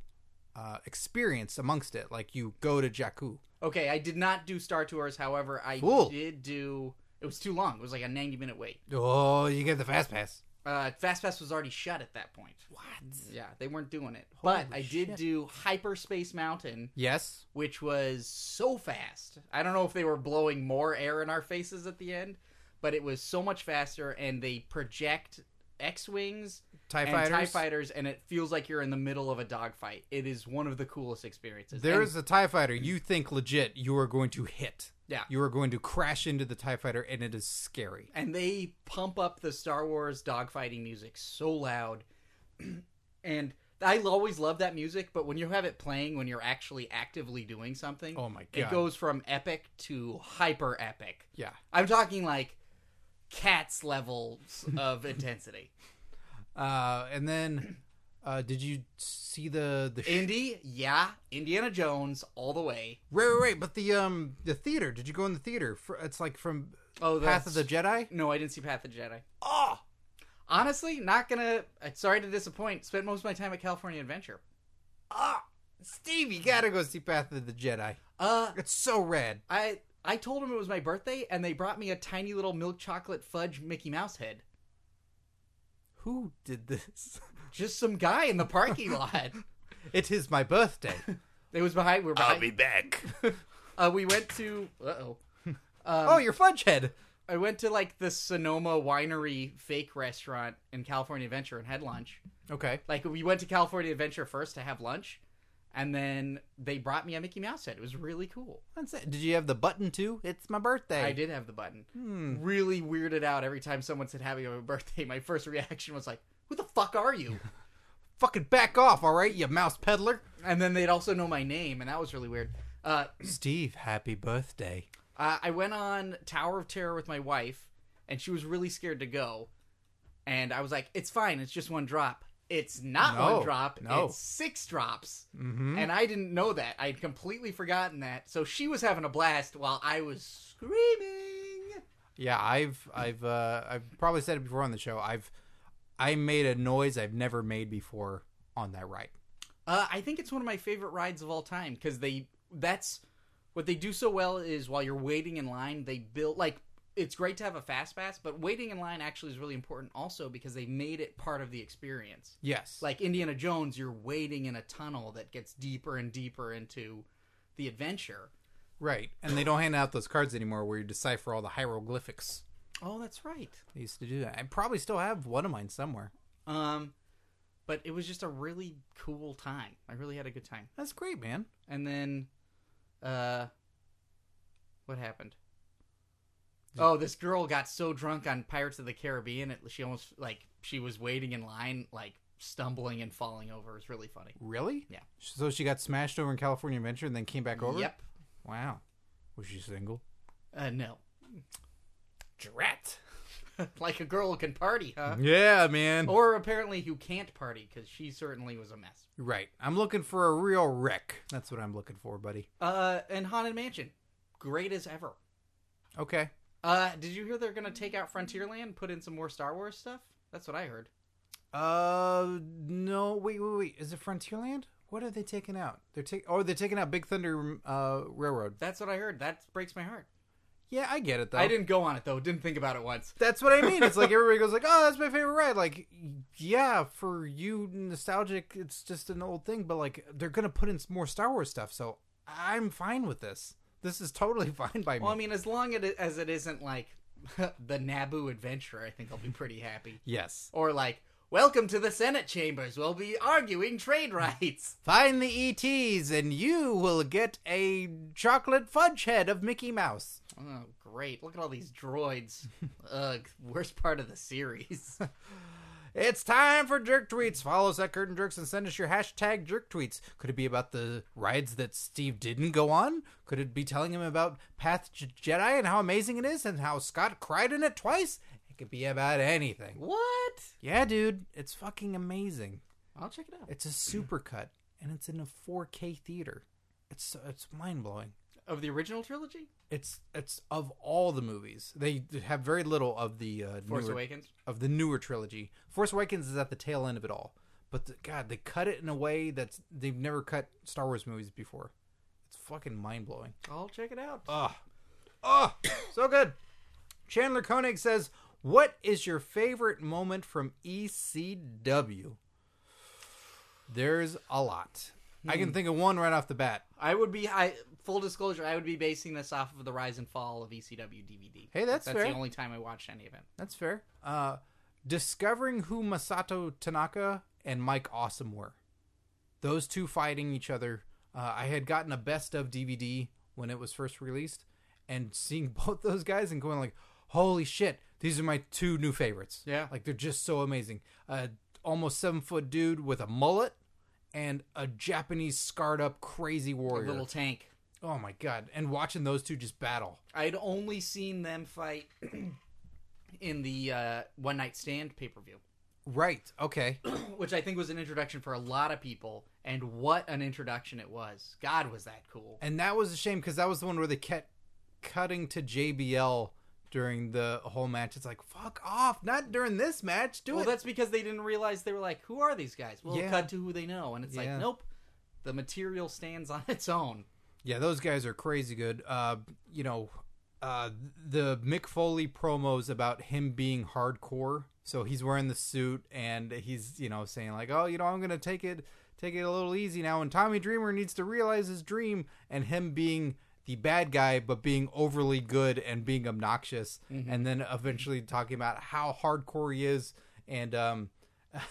uh, experience amongst it. Like you go to Jakku. Okay, I did not do Star Tours. However, I Cool. did do. It was too long. It was like a ninety-minute wait. Oh, you get the fast pass. Uh, Fast Pass was already shut at that point. What? Yeah, they weren't doing it. Holy but I did shit. do Hyperspace Mountain, Yes. which was so fast. I don't know if they were blowing more air in our faces at the end, but it was so much faster, and they project X wings Tie and fighters. Tie fighters, and it feels like you're in the middle of a dogfight. It is one of the coolest experiences. There And- is a Tie fighter. You think legit? You are going to hit. yeah, You are going to crash into the Tie fighter, and it is scary. and they pump up the Star Wars dogfighting music so loud. <clears throat> and I always love that music, but when you have it playing when you're actually actively doing something, Oh my god. it goes from epic to hyper epic. Yeah. I'm talking like <laughs> cats levels of intensity. Uh, and then, uh, did you see the the? Sh- Indy, yeah, Indiana Jones all the way. Right, right, right. But the um the theater. Did you go in the theater? For, it's like from Oh, Path of the Jedi. No, I didn't see Path of the Jedi. Oh, Honestly, not gonna. uh, Sorry to disappoint. Spent most of my time at California Adventure. ah, Steve, you gotta go see Path of the Jedi. Uh, It's so rad. I I told them it was my birthday, and they brought me a tiny little milk chocolate fudge Mickey Mouse head. Who did this? <laughs> Just some guy in the parking lot. It is my birthday. It was behind. We were behind. back. uh, we went to. Uh oh. Um, <laughs> oh, you're Fudgehead. I went to like the Sonoma Winery fake restaurant in California Adventure and had lunch. Okay. Like we went to California Adventure first to have lunch, and then they brought me a Mickey Mouse head. It was really cool. That's it. Did you have the button too? It's my birthday. I did have the button. Really weirded out every time someone said happy birthday. My first reaction was like, "Who the fuck are you?" Fucking back off, all right, you mouse peddler. and then they'd also know my name, and that was really weird. Uh, Steve, happy birthday. uh, I went on Tower of Terror with my wife, and she was really scared to go. And I was like, "It's fine. It's just one drop. It's not No, one drop. no. It's six drops." Mm-hmm. And I didn't know that. I'd completely forgotten that. So she was having a blast while I was screaming. Yeah, I've, I've, uh, I've probably said it before on the show. I've, I made a noise I've never made before on that ride. Uh, I think it's one of my favorite rides of all time because they that's what they do so well is while you're waiting in line, they build like it's great to have a fast pass, but waiting in line actually is really important also because they made it part of the experience. Yes. Like Indiana Jones, you're waiting in a tunnel that gets deeper and deeper into the adventure. right. And they don't hand out those cards anymore where you decipher all the hieroglyphics. Oh, that's right. They used to do that. I probably still have one of mine somewhere. Um, but it was just a really cool time. I really had a good time. That's great, man. And then, uh, What happened? Oh, this girl got so drunk on Pirates of the Caribbean, it, she almost like she was waiting in line, like stumbling and falling over. It's really funny. Really? Yeah. So she got smashed over in California Adventure and then came back over? Yep. Wow. Was she single? Uh, no, Drat. <laughs> like a girl who can party, huh? Yeah, man. Or apparently who can't party because she certainly was a mess. Right. I'm looking for a real wreck. That's what I'm looking for, buddy. Uh, and Haunted Mansion, great as ever. Okay. Uh, did you hear they're gonna take out Frontierland, put in some more Star Wars stuff? That's what I heard. Uh, no. Wait, wait, wait. Is it Frontierland? What are they taking out? They're taking. Oh, they're taking out Big Thunder uh, Railroad. That's what I heard. That breaks my heart. Yeah, I get it though. I didn't go on it though. Didn't think about it once. That's what I mean. It's like everybody goes like, "Oh, that's my favorite ride." Like, yeah, for you nostalgic, it's just an old thing. But like, they're gonna put in some more Star Wars stuff, so I'm fine with this. This is totally <laughs> fine by me. Well, I mean, as long it, as it isn't like <laughs> the Naboo adventure, I think I'll be pretty happy. yes, Or like, welcome to the Senate chambers. We'll be arguing trade rights. <laughs> find the ETs, and you will get a chocolate fudge head of Mickey Mouse. Oh, great! Look at all <laughs> these droids. Ugh, worst part of the series. <laughs> It's time for jerk tweets. Follow us at Curtain Jerks and send us your hashtag jerk tweets. Could it be about the rides that Steve didn't go on? Could it be telling him about Path J- Jedi and how amazing it is and how Scott cried in it twice? It could be about anything. what? Yeah, dude, it's fucking amazing. I'll check it out. It's a supercut and it's in a 4K theater. It's it's mind blowing. Of the original trilogy, It's it's of all the movies. They have very little of the uh, Force newer- Awakens. of the newer trilogy. Force Awakens is at the tail end of it all, but the, God, they cut it in a way that's they've never cut Star Wars movies before. It's fucking mind blowing. I'll check it out. Ugh, ugh, so good. Chandler Koenig says, "What is your favorite moment from E ECW?" There's a lot. I can think of one right off the bat. I would be. I full disclosure. I would be basing this off of the rise and fall of E ECW DVD. Hey, that's that's fair. the only time I watched any of it. That's fair. Uh, discovering who Masato Tanaka and Mike Awesome were. Those two fighting each other. Uh, I had gotten a best of DVD when it was first released, and seeing <laughs> both those guys and going like, "Holy shit! These are my two new favorites." Yeah. like they're just so amazing. Uh, almost seven foot dude with a mullet and a Japanese scarred up crazy warrior. Little Tank. oh my god! And watching those two just battle. I'd only seen them fight <clears throat> in the uh, One Night Stand pay per view, Right. Okay. <clears throat> which I think was an introduction for a lot of people. And what an introduction it was! God, was that cool? And that was a shame because that was the one where they kept cutting to JBL during the whole match. It's like, fuck off. Not during this match. Do Well, it. that's because they didn't realize they were like, "Who are these guys?" Well, Yeah. cut to who they know, and it's Yeah. like, nope. The material stands on <laughs> its own. Yeah, those guys are crazy good. Uh, you know, uh, the Mick Foley promos about him being hardcore. So he's wearing the suit and he's, you know, saying like, oh, you know, I'm going to take it, take it a little easy now. And Tommy Dreamer needs to realize his dream and him being the bad guy, but being overly good and being obnoxious. And then eventually talking about how hardcore he is and, um,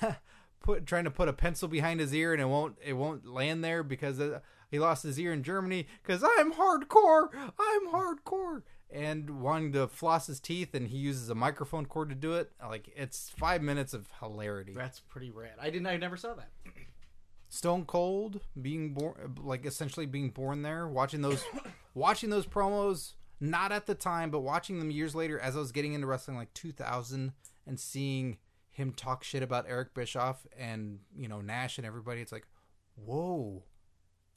<laughs> put trying to put a pencil behind his ear and it won't it won't land there because uh, he lost his ear in Germany cuz I'm hardcore. I'm hardcore. And wanting to floss his teeth and he uses a microphone cord to do it. Like it's 5 minutes of hilarity. That's pretty rad. I didn't. I never saw that. Stone Cold being born like essentially being born there, watching those <coughs> watching those promos not at the time but watching them years later as I was getting into wrestling like 2000 and seeing him talk shit about Eric Bischoff and, you know, Nash and everybody. It's like, "Whoa.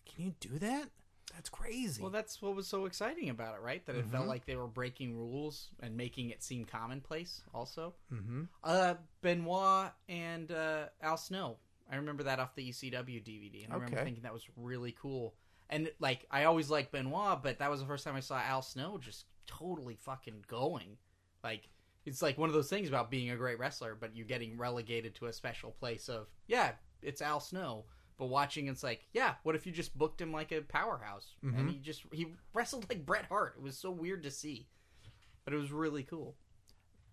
Can you do that? That's crazy." Well, that's what was so exciting about it, right? That it Mm-hmm. felt like they were breaking rules and making it seem commonplace. Also, mm-hmm. uh, Benoit and uh, Al Snow. I remember that off the E ECW DVD, and I remember Okay. thinking that was really cool. And like, I always liked Benoit, but that was the first time I saw Al Snow just totally fucking going. Like, it's like one of those things about being a great wrestler, but you're getting relegated to a special place of yeah, it's Al Snow. But watching, it's like, yeah, what if you just booked him like a powerhouse, and Mhm. he just he wrestled like Bret Hart? It was so weird to see, but it was really cool.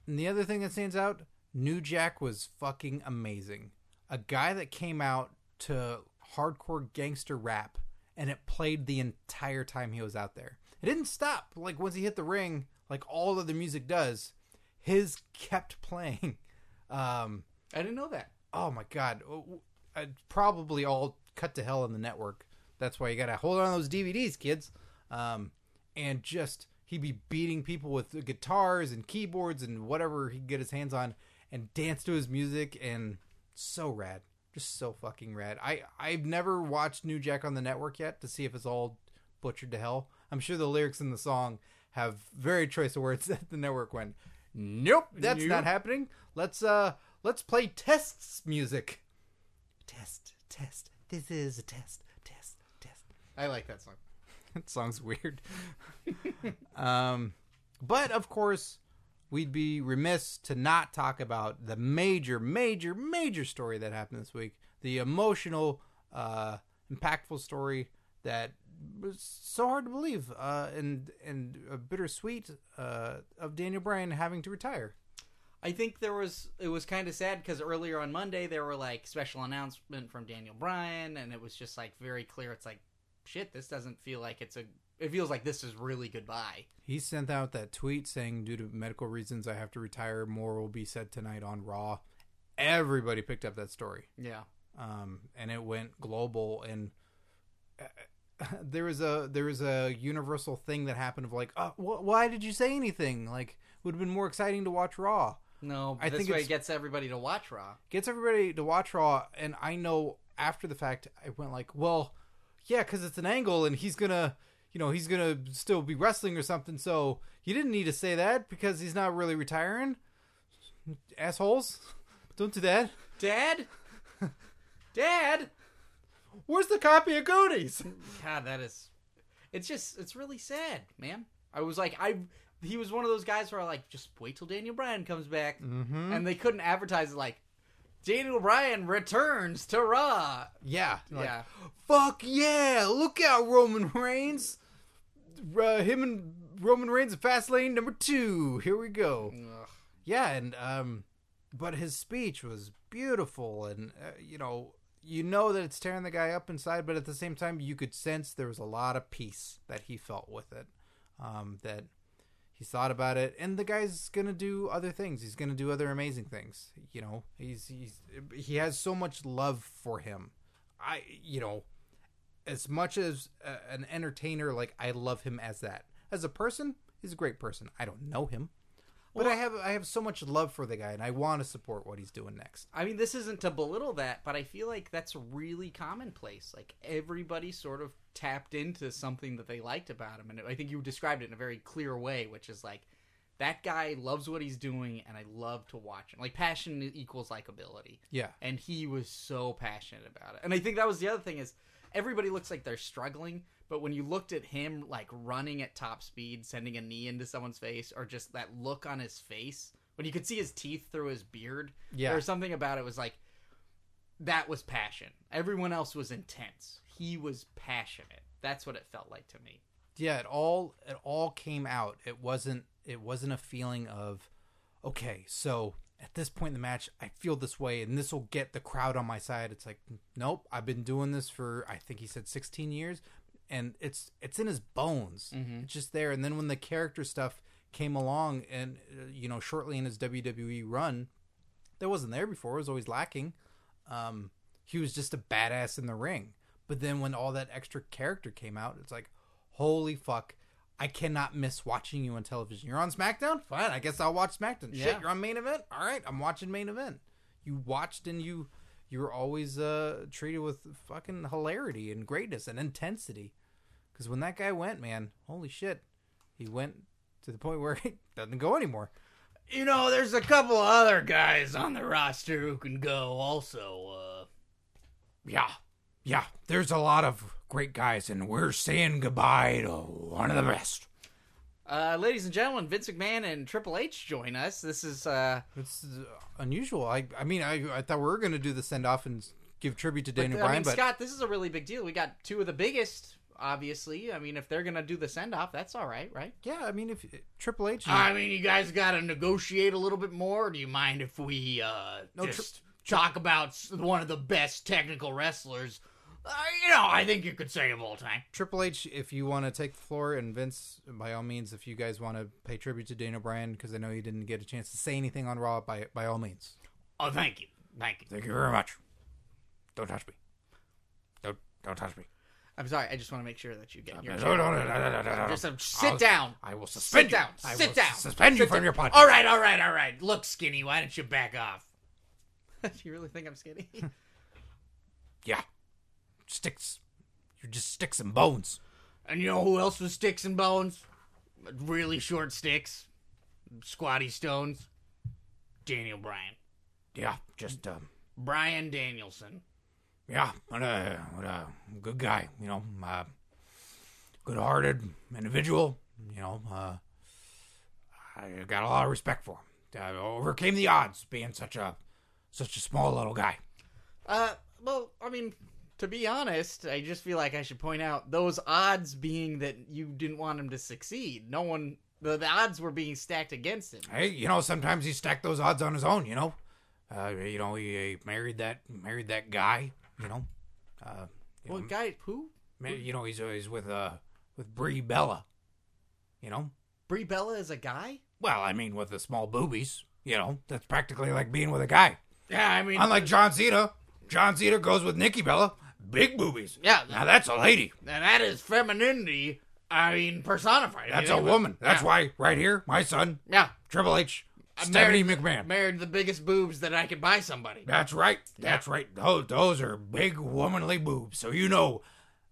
And the other thing that stands out, New Jack was fucking amazing. A guy that came out to hardcore gangster rap and it played the entire time he was out there. It didn't stop. Like once he hit the ring, like all of the music does, his kept <laughs> playing. Um, I didn't know that. oh my god, i probably all cut to hell on the network. That's why you gotta hold on to those DVDs, kids. Um, and just he'd be beating people with the guitars and keyboards and whatever he could get his hands on, and dance to his music, and so rad, just so fucking rad. I I've never watched New Jack on the network yet to see if it's all butchered to hell. I'm sure the lyrics in the song have very choice of words <laughs> that the network went. Nope, that's Nope. not happening. Let's uh let's play tests music. Test, test. This is a test, test, test. <laughs> I like that song. that song's weird. <laughs> um but of course we'd be remiss to not talk about the major major major story that happened this week. The emotional uh impactful story that was so hard to believe uh and and uh, bittersweet uh of Daniel Bryan having to retire. I think there was it was kind of sad because earlier on Monday there were like special announcement from Daniel Bryan, and it was just like very clear. It's like shit. This doesn't feel like it's a. It feels like this is really goodbye. He sent out that tweet saying, due to medical reasons, I have to retire. More will be said tonight on Raw. Everybody picked up that story. Yeah. Um, and it went global. And uh, <laughs> there was a there was a universal thing that happened of like, oh, wh- why did you say anything? Like, would have been more exciting to watch Raw. No, I I this think way it's- it gets everybody to watch Raw. gets everybody to watch Raw, and I know after the fact, I went like, well, yeah, because it's an angle, and he's gonna, you know, he's gonna still be wrestling or something. So you didn't need to say that because he's not really retiring. Assholes, <laughs> don't do that. <laughs> Dad, Dad. Where's the copy of Goonies? God, that is. It's just it's really sad, man. I was like I. He was one of those guys where I like just wait till Daniel Bryan comes back, Mhm. and they couldn't advertise it like Daniel Bryan returns to Raw. Yeah, like, yeah. Fuck yeah! Look out, Roman Reigns. Uh, him and Roman Reigns, in Fastlane number two. Here we go. Ugh. yeah and um but his speech was beautiful and uh, you know you know that it's tearing the guy up inside but at the same time you could sense there was a lot of peace that he felt with it um that he thought about it and the guy's gonna do other things he's gonna do other amazing things you know he's he's he has so much love for him i you know as much as uh, an entertainer like i love him as that as a person he's a great person i don't know him but I have I have so much love for the guy, and I want to support what he's doing next. I mean, this isn't to belittle that, but I feel like that's really commonplace. Like everybody sort of tapped into something that they liked about him, and I think you described it in a very clear way, which is like that guy loves what he's doing, and I love to watch him. Like passion equals likability, Yeah, and he was so passionate about it. And I think that was the other thing is everybody looks like they're struggling, but when you looked at him like running at top speed, sending a knee into someone's face, or just that look on his face when you could see his teeth through his beard yeah, or something about it was like that was passion. Everyone else was intense. He was passionate. That's what it felt like to me. yeah. It all it all came out. It wasn't it wasn't a feeling of okay. So at this point in the match, I feel this way, and this will get the crowd on my side. It's like nope. I've been doing this for I think he said sixteen years, and it's it's in his bones. It's just there. And then when the character stuff came along, and uh, you know, shortly in his WWE run, that wasn't there before. It was always lacking. Um, he was just a badass in the ring. But then when all that extra character came out, it's like, holy fuck, I cannot miss watching you on television. You're on SmackDown? Fine, I guess I'll watch SmackDown. Shit, Yeah. you're on main event? All right, I'm watching main event. You watched and you you were always uh, treated with fucking hilarity and greatness and intensity. Because when that guy went, man, holy shit, he went to the point where <laughs> he doesn't go anymore. You know, there's a couple other guys on the roster who can go also. Uh, Yeah. Yeah. There's a lot of great guys, and we're saying goodbye to one of the best. uh, ladies and gentlemen, Vince McMahon and Triple H join us. This is uh, It's uh, unusual. I I mean, I, I thought we were going to do the send off and s- give tribute to Daniel I Bryan, mean, but Scott. This is a really big deal. We got two of the biggest, obviously. I mean, if they're gonna do the send off, that's all right, right? yeah, I mean, if Triple H. mean, you guys got to negotiate a little bit more. Do you mind if we uh, No, tr- talk about s- one of the best technical wrestlers Uh, you know, I think you could say a all time. Triple H, if you want to take the floor, and Vince, by all means, if you guys want to pay tribute to Dana Bryan, because I know you didn't get a chance to say anything on Raw, by by all means. Oh, thank you, thank you. Thank you very much. Don't touch me. Don't don't touch me. I'm sorry. I just want to make sure that you get your. Just Just um, sit down. I will Sit suspend you. down. I Sit will down. Suspend you Sit from down. your podcast. All right, all right, all right. Look, skinny. Why don't you back off? Do <laughs> you really think I'm skinny? Yeah. Sticks. You're just sticks and bones. and you know who else was sticks and bones? Really short sticks, squatty stones. Daniel Bryan, Yeah. Just um. Brian Danielson. Yeah. What a what a good guy. You know. Uh, good-hearted individual. You know. Uh. I got a lot of respect for him. Uh, overcame the odds being such a such a small little guy. Uh, well, I mean, to be honest, I just feel like I should point out those odds being that you didn't want him to succeed. No one, the, the odds were being stacked against him. Hey, you know, sometimes he stacked those odds on his own. You know, uh, you know, he, he married that married that guy. You know, uh, you, Well, know, guy, who? ma- you know, he's he's with uh with Brie Bella. You know, Brie Bella is a guy? well, I mean, with the small boobies. You know, that's practically like being with a guy. Yeah, I mean, Unlike John Cena, John Cena goes with Nikki Bella, big boobies. <laughs> yeah, Now that's a lady. and that is femininity. I mean, personified. That's You a know, woman. That's yeah. why right here, my son, Yeah, Triple H, I'm Stephanie married- McMahon. married the biggest boobs that I could buy somebody. That's right. That's right. Those, those are big womanly boobs. So you know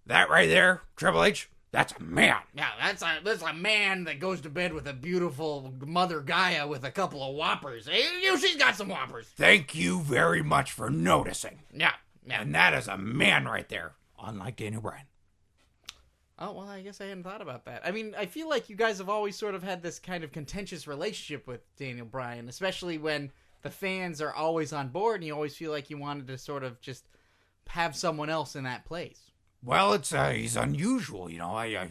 that right there, Triple H, that's a man. Yeah, that's a that's a man that goes to bed with a beautiful mother Gaia with a couple of whoppers. Hey, you, she's got some whoppers. Thank you very much for noticing. Yeah, yeah. And that is a man right there, unlike Daniel Bryan. Oh well, I guess I hadn't thought about that. I mean, I feel like you guys have always sort of had this kind of contentious relationship with Daniel Bryan, especially when the fans are always on board, and you always feel like you wanted to sort of just have someone else in that place. Well, it's uh, he's unusual, you know. I, I,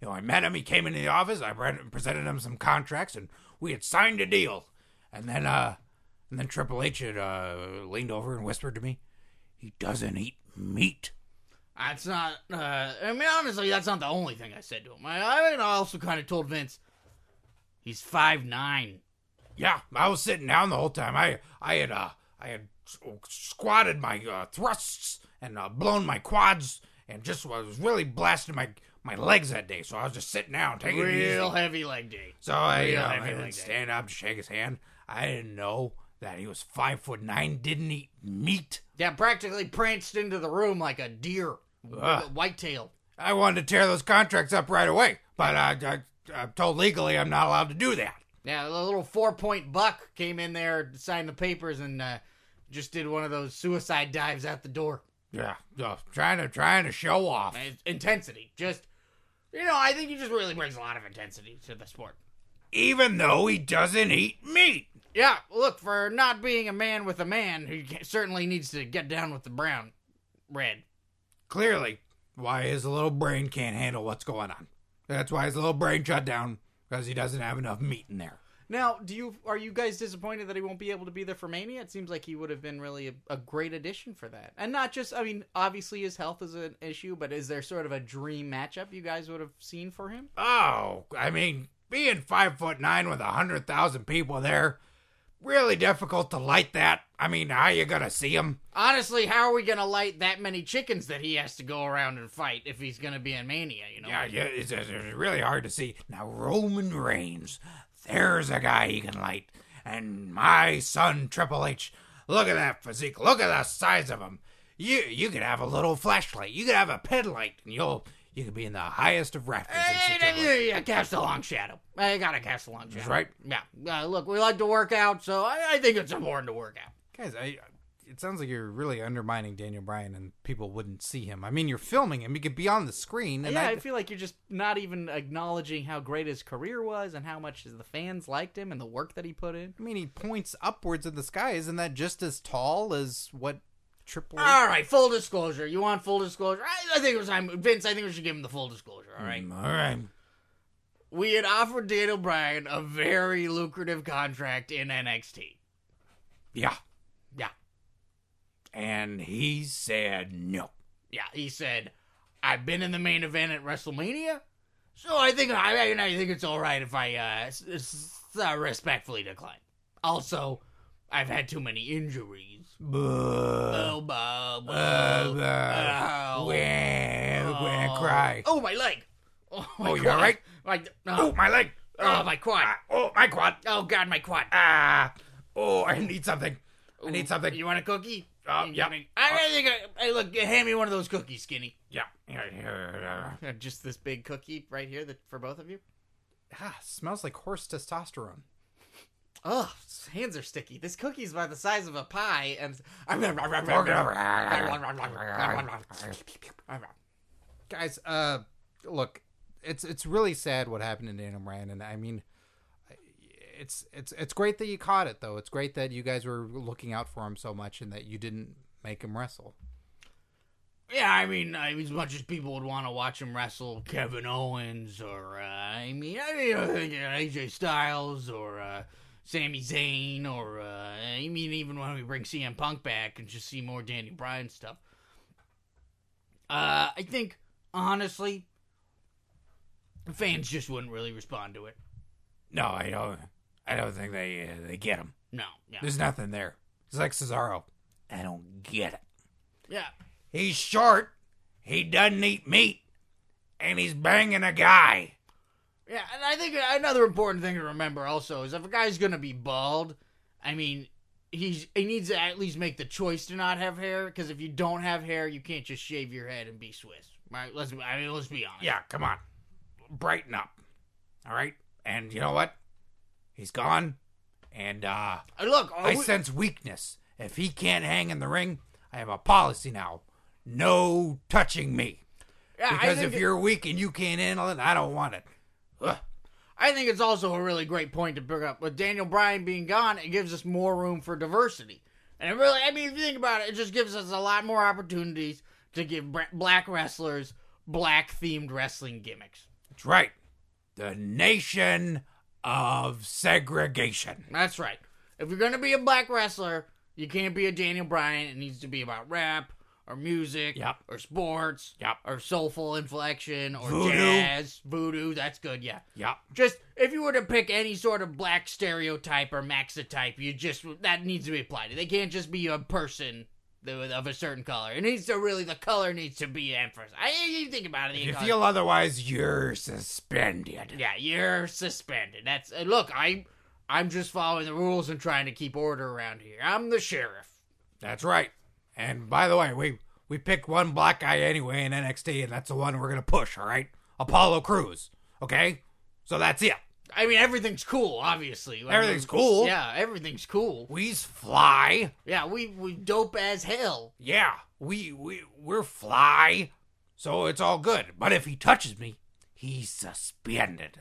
you know, I met him. He came into the office. I read, presented him some contracts, and we had signed a deal. And then, uh, and then Triple H had uh, leaned over and whispered to me, "He doesn't eat meat." That's not. Uh, I mean, honestly, that's not the only thing I said to him. I, I mean, I also kind of told Vince he's five nine. Yeah, I was sitting down the whole time. I I had uh I had s- oh, squatted my uh, thrusts and uh, blown my quads and just was really blasting my my legs that day. So I was just sitting down, taking it Real easy. heavy leg day. So I, you know, heavy I like didn't that. stand up to shake his hand. I didn't know that he was five foot nine. Didn't eat meat. Yeah, practically pranced into the room like a deer, Ugh. whitetail. I wanted to tear those contracts up right away, but I, I I'm told legally I'm not allowed to do that. Yeah, the little four point buck came in there, signed the papers, and uh, just did one of those suicide dives out the door. Yeah, uh, trying to trying to show off. And it's intensity, just you know, I think he just really brings a lot of intensity to the sport. even though he doesn't eat meat. Yeah, look for not being a man with a man, he ca- certainly needs to get down with the brown, red. Clearly, why his little brain can't handle what's going on. That's why his little brain shut down because he doesn't have enough meat in there. Now, do you are you guys disappointed that he won't be able to be there for Mania? It seems like he would have been really a, a great addition for that, and not just. I mean, obviously his health is an issue, but is there sort of a dream matchup you guys would have seen for him? Oh, I mean, being five foot nine with a hundred thousand people there, really difficult to light that. I mean, how you gonna see him? Honestly, how are we gonna light that many chickens that he has to go around and fight if he's gonna be in Mania? You know? Yeah, yeah, it's, it's really hard to see. Now Roman Reigns, there's a guy he can light, and my son Triple H. Look at that physique. Look at the size of him. You you could have a little flashlight. You could have a pin light, and you'll you could be in the highest of rafters. and Eh, shit like- eh, eh, cast a long shadow. I gotta cast a long shadow. right. Yeah. Uh, look, we like to work out, so I, I think it's important to work out. Guys, I, it sounds like you're really undermining Daniel Bryan, and people wouldn't see him. I mean, you're filming him. He could be on the screen, and yeah, I, I, feel like you're just not even acknowledging how great his career was and how much the fans liked him and the work that he put in. I mean, he points upwards in the sky. Isn't that just as tall as what Triple H? All right, full disclosure. You want full disclosure? I, I think it was time, Vince. I think we should give him the full disclosure. All right. Mm, all right. We had offered Daniel Bryan a very lucrative contract in NXT. Yeah. Yeah. And he said no. Yeah, he said, I've been in the main event at WrestleMania, so I think I, I think it's all right if I uh, s- s- uh, respectfully decline. Also, I've had too many injuries. Oh, blah, blah, Uh, blah. oh, Wah, wah, oh. cry. Oh, my leg. Oh, my Oh, you all quad. right? My, oh, Oh, my leg. oh, my quad. Oh, my quad. Oh, God, my quad. Ah. Oh, I need something. I need something. You want a cookie? Oh, You yeah. want a- I, I think I, hey, look, hand me one of those cookies, Skinny. <laughs> Yeah. yeah. Uh, Just this big cookie right here that for both of you. Ah, smells like horse testosterone. Oh, hands are sticky. This cookie's about the size of a pie, and Ah. <laughs> Guys, uh, look, it's it's really sad what happened to Daniel Bryan, and I mean, it's it's it's great that you caught it though. It's great that you guys were looking out for him so much, and that you didn't make him wrestle. yeah, I mean, I, as much as people would want to watch him wrestle Kevin Owens or uh, I mean, I mean, uh, yeah, AJ Styles or uh, Sami Zayn or uh, I mean, even when we bring CM Punk back and just see more Danny Bryan stuff. Uh, I think honestly, fans just wouldn't really respond to it. No, I don't. I don't think they uh, they get him. No, yeah, There's nothing there. It's like Cesaro. I don't get it. yeah. He's short. He doesn't eat meat, and he's banging a guy. Yeah, and I think another important thing to remember also is if a guy's gonna be bald, I mean, he's he needs to at least make the choice to not have hair because if you don't have hair, you can't just shave your head and be Swiss, right? Let's I mean, let's be honest. Yeah, come on. Brighten up. All right? And you know what? He's gone. And uh Uh, Look, are I we- sense weakness. If he can't hang in the ring, I have a policy now. No touching me. yeah, I Because think if you're weak and you can't handle it, I don't want it. Ugh. I think it's also a really great point to bring up. With Daniel Bryan being gone, it gives us more room for diversity. And it really, I mean, if you think about it, it just gives us a lot more opportunities to give bra- black wrestlers black themed wrestling gimmicks. That's right. The nation of segregation. That's right. If you're gonna be a black wrestler, you can't be a Daniel Bryan. It needs to be about rap or music Yep. or sports Yep. or soulful inflection or Voodoo. jazz, voodoo. That's good, yeah. Yep. Just if you were to pick any sort of black stereotype or maxotype, you just that needs to be applied. They can't just be a person th- of a certain color. It needs to really the color needs to be emphasized. I you think about it. If you color- feel otherwise, you're suspended. yeah, you're suspended. That's uh, look, I I'm just following the rules and trying to keep order around here. I'm the sheriff. That's right. And by the way, we we picked one black guy anyway in NXT, and that's the one we're gonna push. All right, Apollo Cruz. Okay, so that's it. I mean, everything's cool, obviously. I Everything's mean, cool. Yeah, everything's cool. We's fly. Yeah, we we dope as hell. Yeah, we we we're fly. So it's all good. But if he touches me, he's suspended.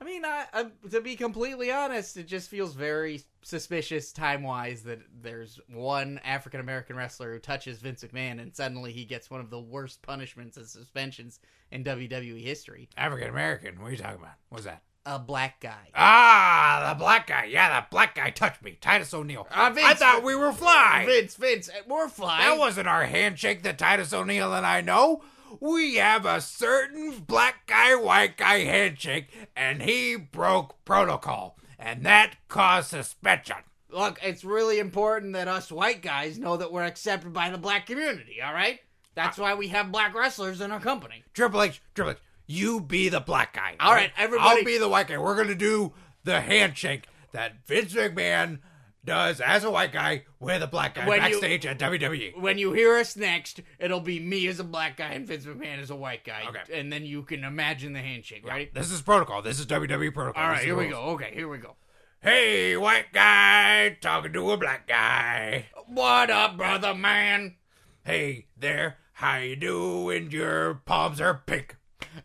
I mean, I, I to be completely honest, it just feels very suspicious time wise that there's one African American wrestler who touches Vince McMahon and suddenly he gets one of the worst punishments and suspensions in WWE history. African American. What are you talking about? What's that? A black guy. Ah, the black guy. Yeah, that black guy touched me. Titus O'Neil. Uh, I Vince- thought we were fly. Vince, Vince, we're flying. That wasn't our handshake that Titus O'Neil and I know. We have a certain black guy, white guy handshake, and he broke protocol, and that caused suspension. Look, it's really important that us white guys know that we're accepted by the black community, all right? That's why we have black wrestlers in our company. Triple H, Triple H, you be the black guy. All right, everybody- I'll be the white guy. We're gonna do the handshake that Vince McMahon does as a white guy with a black guy When you- backstage at E. WWE. When you hear us next, it'll be me as a black guy and Vince McMahon as a white guy. Okay. And then you can imagine the handshake, right? This is protocol. This is WWE protocol. All This right, is here the we rules. go. Okay, here we go. Hey, white guy, talking to a black guy. What up, brother man? Hey there, how you doing? Your palms are pink.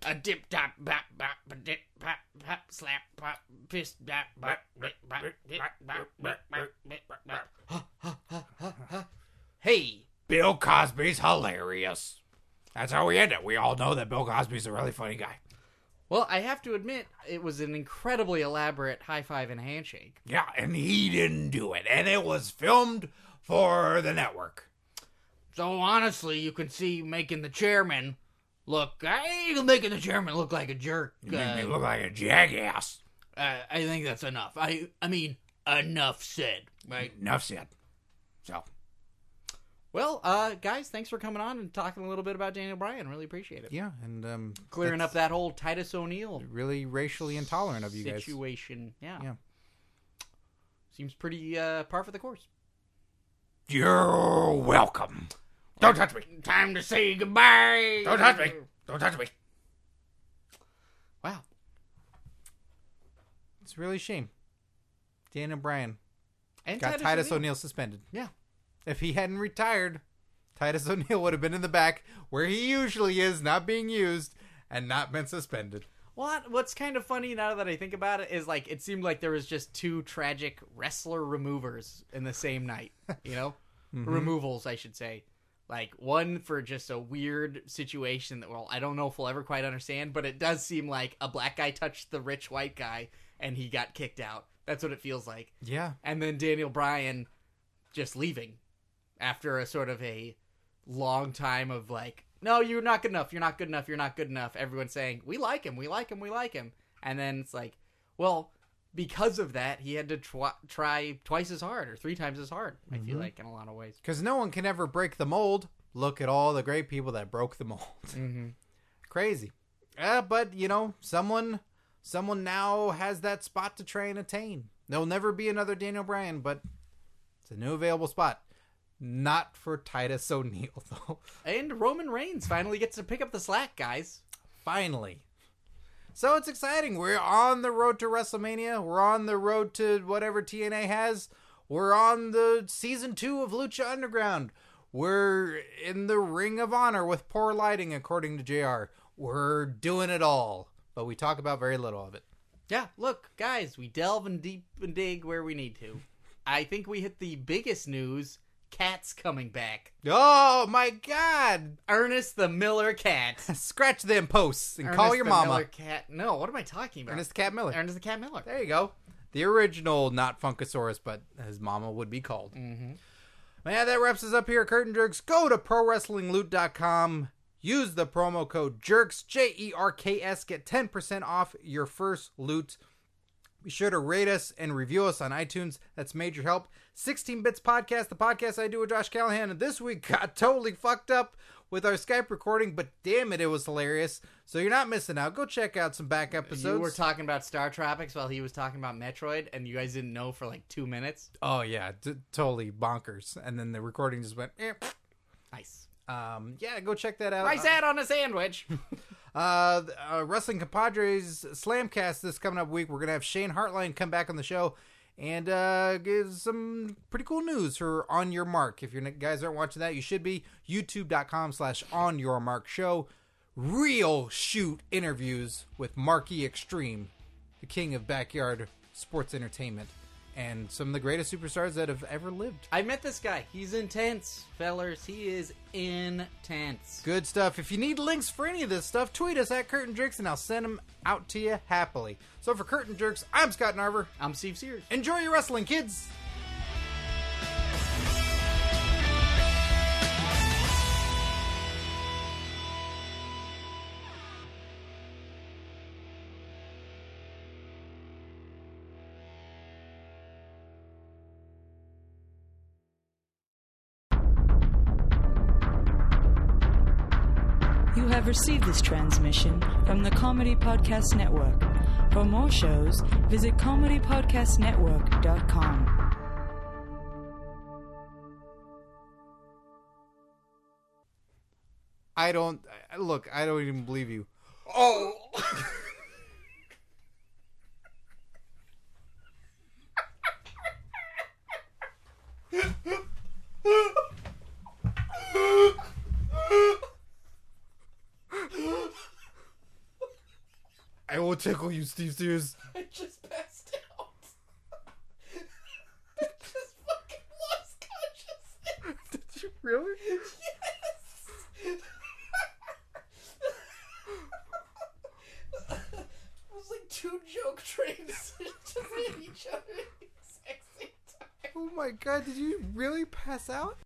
A dip top bop bop ba dip pop pop slap pop piss bop bop dip bop dip bop bop bop dip, bop. Huh, huh, huh, huh, huh. Hey. Bill Cosby's hilarious. That's how we end it. We all know that Bill Cosby's a really funny guy. Well, I have to admit, it was an incredibly elaborate high five and handshake. Yeah, and he didn't do it. And it was filmed for the network. So honestly, you can see making the chairman look. I making the chairman look like a jerk. uh, look like a jackass. I, I think that's enough. I I mean, enough said. Right. Enough said. So Well, uh, guys, thanks for coming on and talking a little bit about Daniel Bryan. Really appreciate it. yeah, and um, Clearing that's up that whole Titus O'Neil really racially intolerant of you guys. situation. Yeah. Yeah. Seems pretty uh, par for the course. You're welcome. Don't touch me. Time to say goodbye. Don't touch me. Don't touch me. Wow. It's really a shame. Dan and Brian And got Titus O'Neil suspended. Yeah. If he hadn't retired, Titus O'Neil would have been in the back where he usually is, not being used and not been suspended. What what's kind of funny now that I think about it is like it seemed like there was just two tragic wrestler removers in the same night, you know? Removals, I should say. Like one for just a weird situation that well, I don't know if we'll ever quite understand, but it does seem like a black guy touched the rich white guy and he got kicked out. That's what it feels like. Yeah. And then Daniel Bryan just leaving after a sort of a long time of like, no, you're not good enough. You're not good enough. You're not good enough. Everyone saying, we like him. We like him. We like him. And then it's like, well, because of that, he had to twi- try twice as hard or three times as hard, I feel like, in a lot of ways. Because no one can ever break the mold. Look at all the great people that broke the mold. <laughs> Mm-hmm. Crazy. Uh, but, you know, someone someone now has that spot to try and attain. There'll never be another Daniel Bryan, but it's a new available spot. Not for Titus O'Neil, <laughs> though. And Roman Reigns finally gets to pick up the slack, guys. finally. So it's exciting. We're on the road to WrestleMania. We're on the road to whatever TNA has. We're on the season two of Lucha Underground. We're in the Ring of Honor with poor lighting, according to JR. We're doing it all, but we talk about very little of it. Yeah, look, guys, we delve and deep and dig where we need to. I think we hit the biggest news. Cat's coming back. Oh my God! Ernest the Miller Cat. Scratch them posts and Ernest <laughs> call your the mama, Miller Cat. No, what am I talking about? Ernest the Cat Miller. Ernest the Cat Miller. There you go. The original, not Funkasaurus, but his mama would be called. Mm-hmm. Yeah, that wraps us up here at Curtain Jerks. Go to ProWrestlingLoot.com. Use the promo code JERKS, J E R K S. Get 10% off your first loot. Be sure to rate us and review us on iTunes. That's major help. 16 Bits Podcast, the podcast I do with Josh Callahan. And this week <laughs> got totally fucked up with our Skype recording, but damn it, it was hilarious. So you're not missing out. Go check out some back episodes. You were talking about Star Tropics while he was talking about Metroid, and you guys didn't know for like two minutes. Oh yeah, d- totally bonkers. And then the recording just went. Eh. Nice. Um, yeah, go check that out. Rice that on a sandwich. Uh, th- uh, Wrestling Compadres Slamcast this coming up week. We're gonna have Shane Hartline come back on the show and uh, give some pretty cool news for On Your Mark. If you guys aren't watching that, you should be. YouTube.com/slash On Your Mark Show. Real shoot interviews with Marky Extreme, the king of backyard sports entertainment, and some of the greatest superstars that have ever lived. I met this guy. He's intense, fellers. He is intense. Good stuff. If you need links for any of this stuff, tweet us at Curtain Jerks and I'll send them out to you happily. So for Curtain Jerks, I'm Scott Narver. I'm Steve Sears. Enjoy your wrestling, kids! You have received this transmission from the Comedy Podcast Network. For more shows, visit comedypodcastnetwork.com. I don't. I- Look, I don't even believe you. Oh. <laughs> I will tickle you, Steve Sears. I <laughs> just passed out. <laughs> I just fucking lost consciousness. <laughs> Did you really? Yes. it was like two joke trains <laughs> just hit each other at the exact same time. Oh my god, did you really pass out?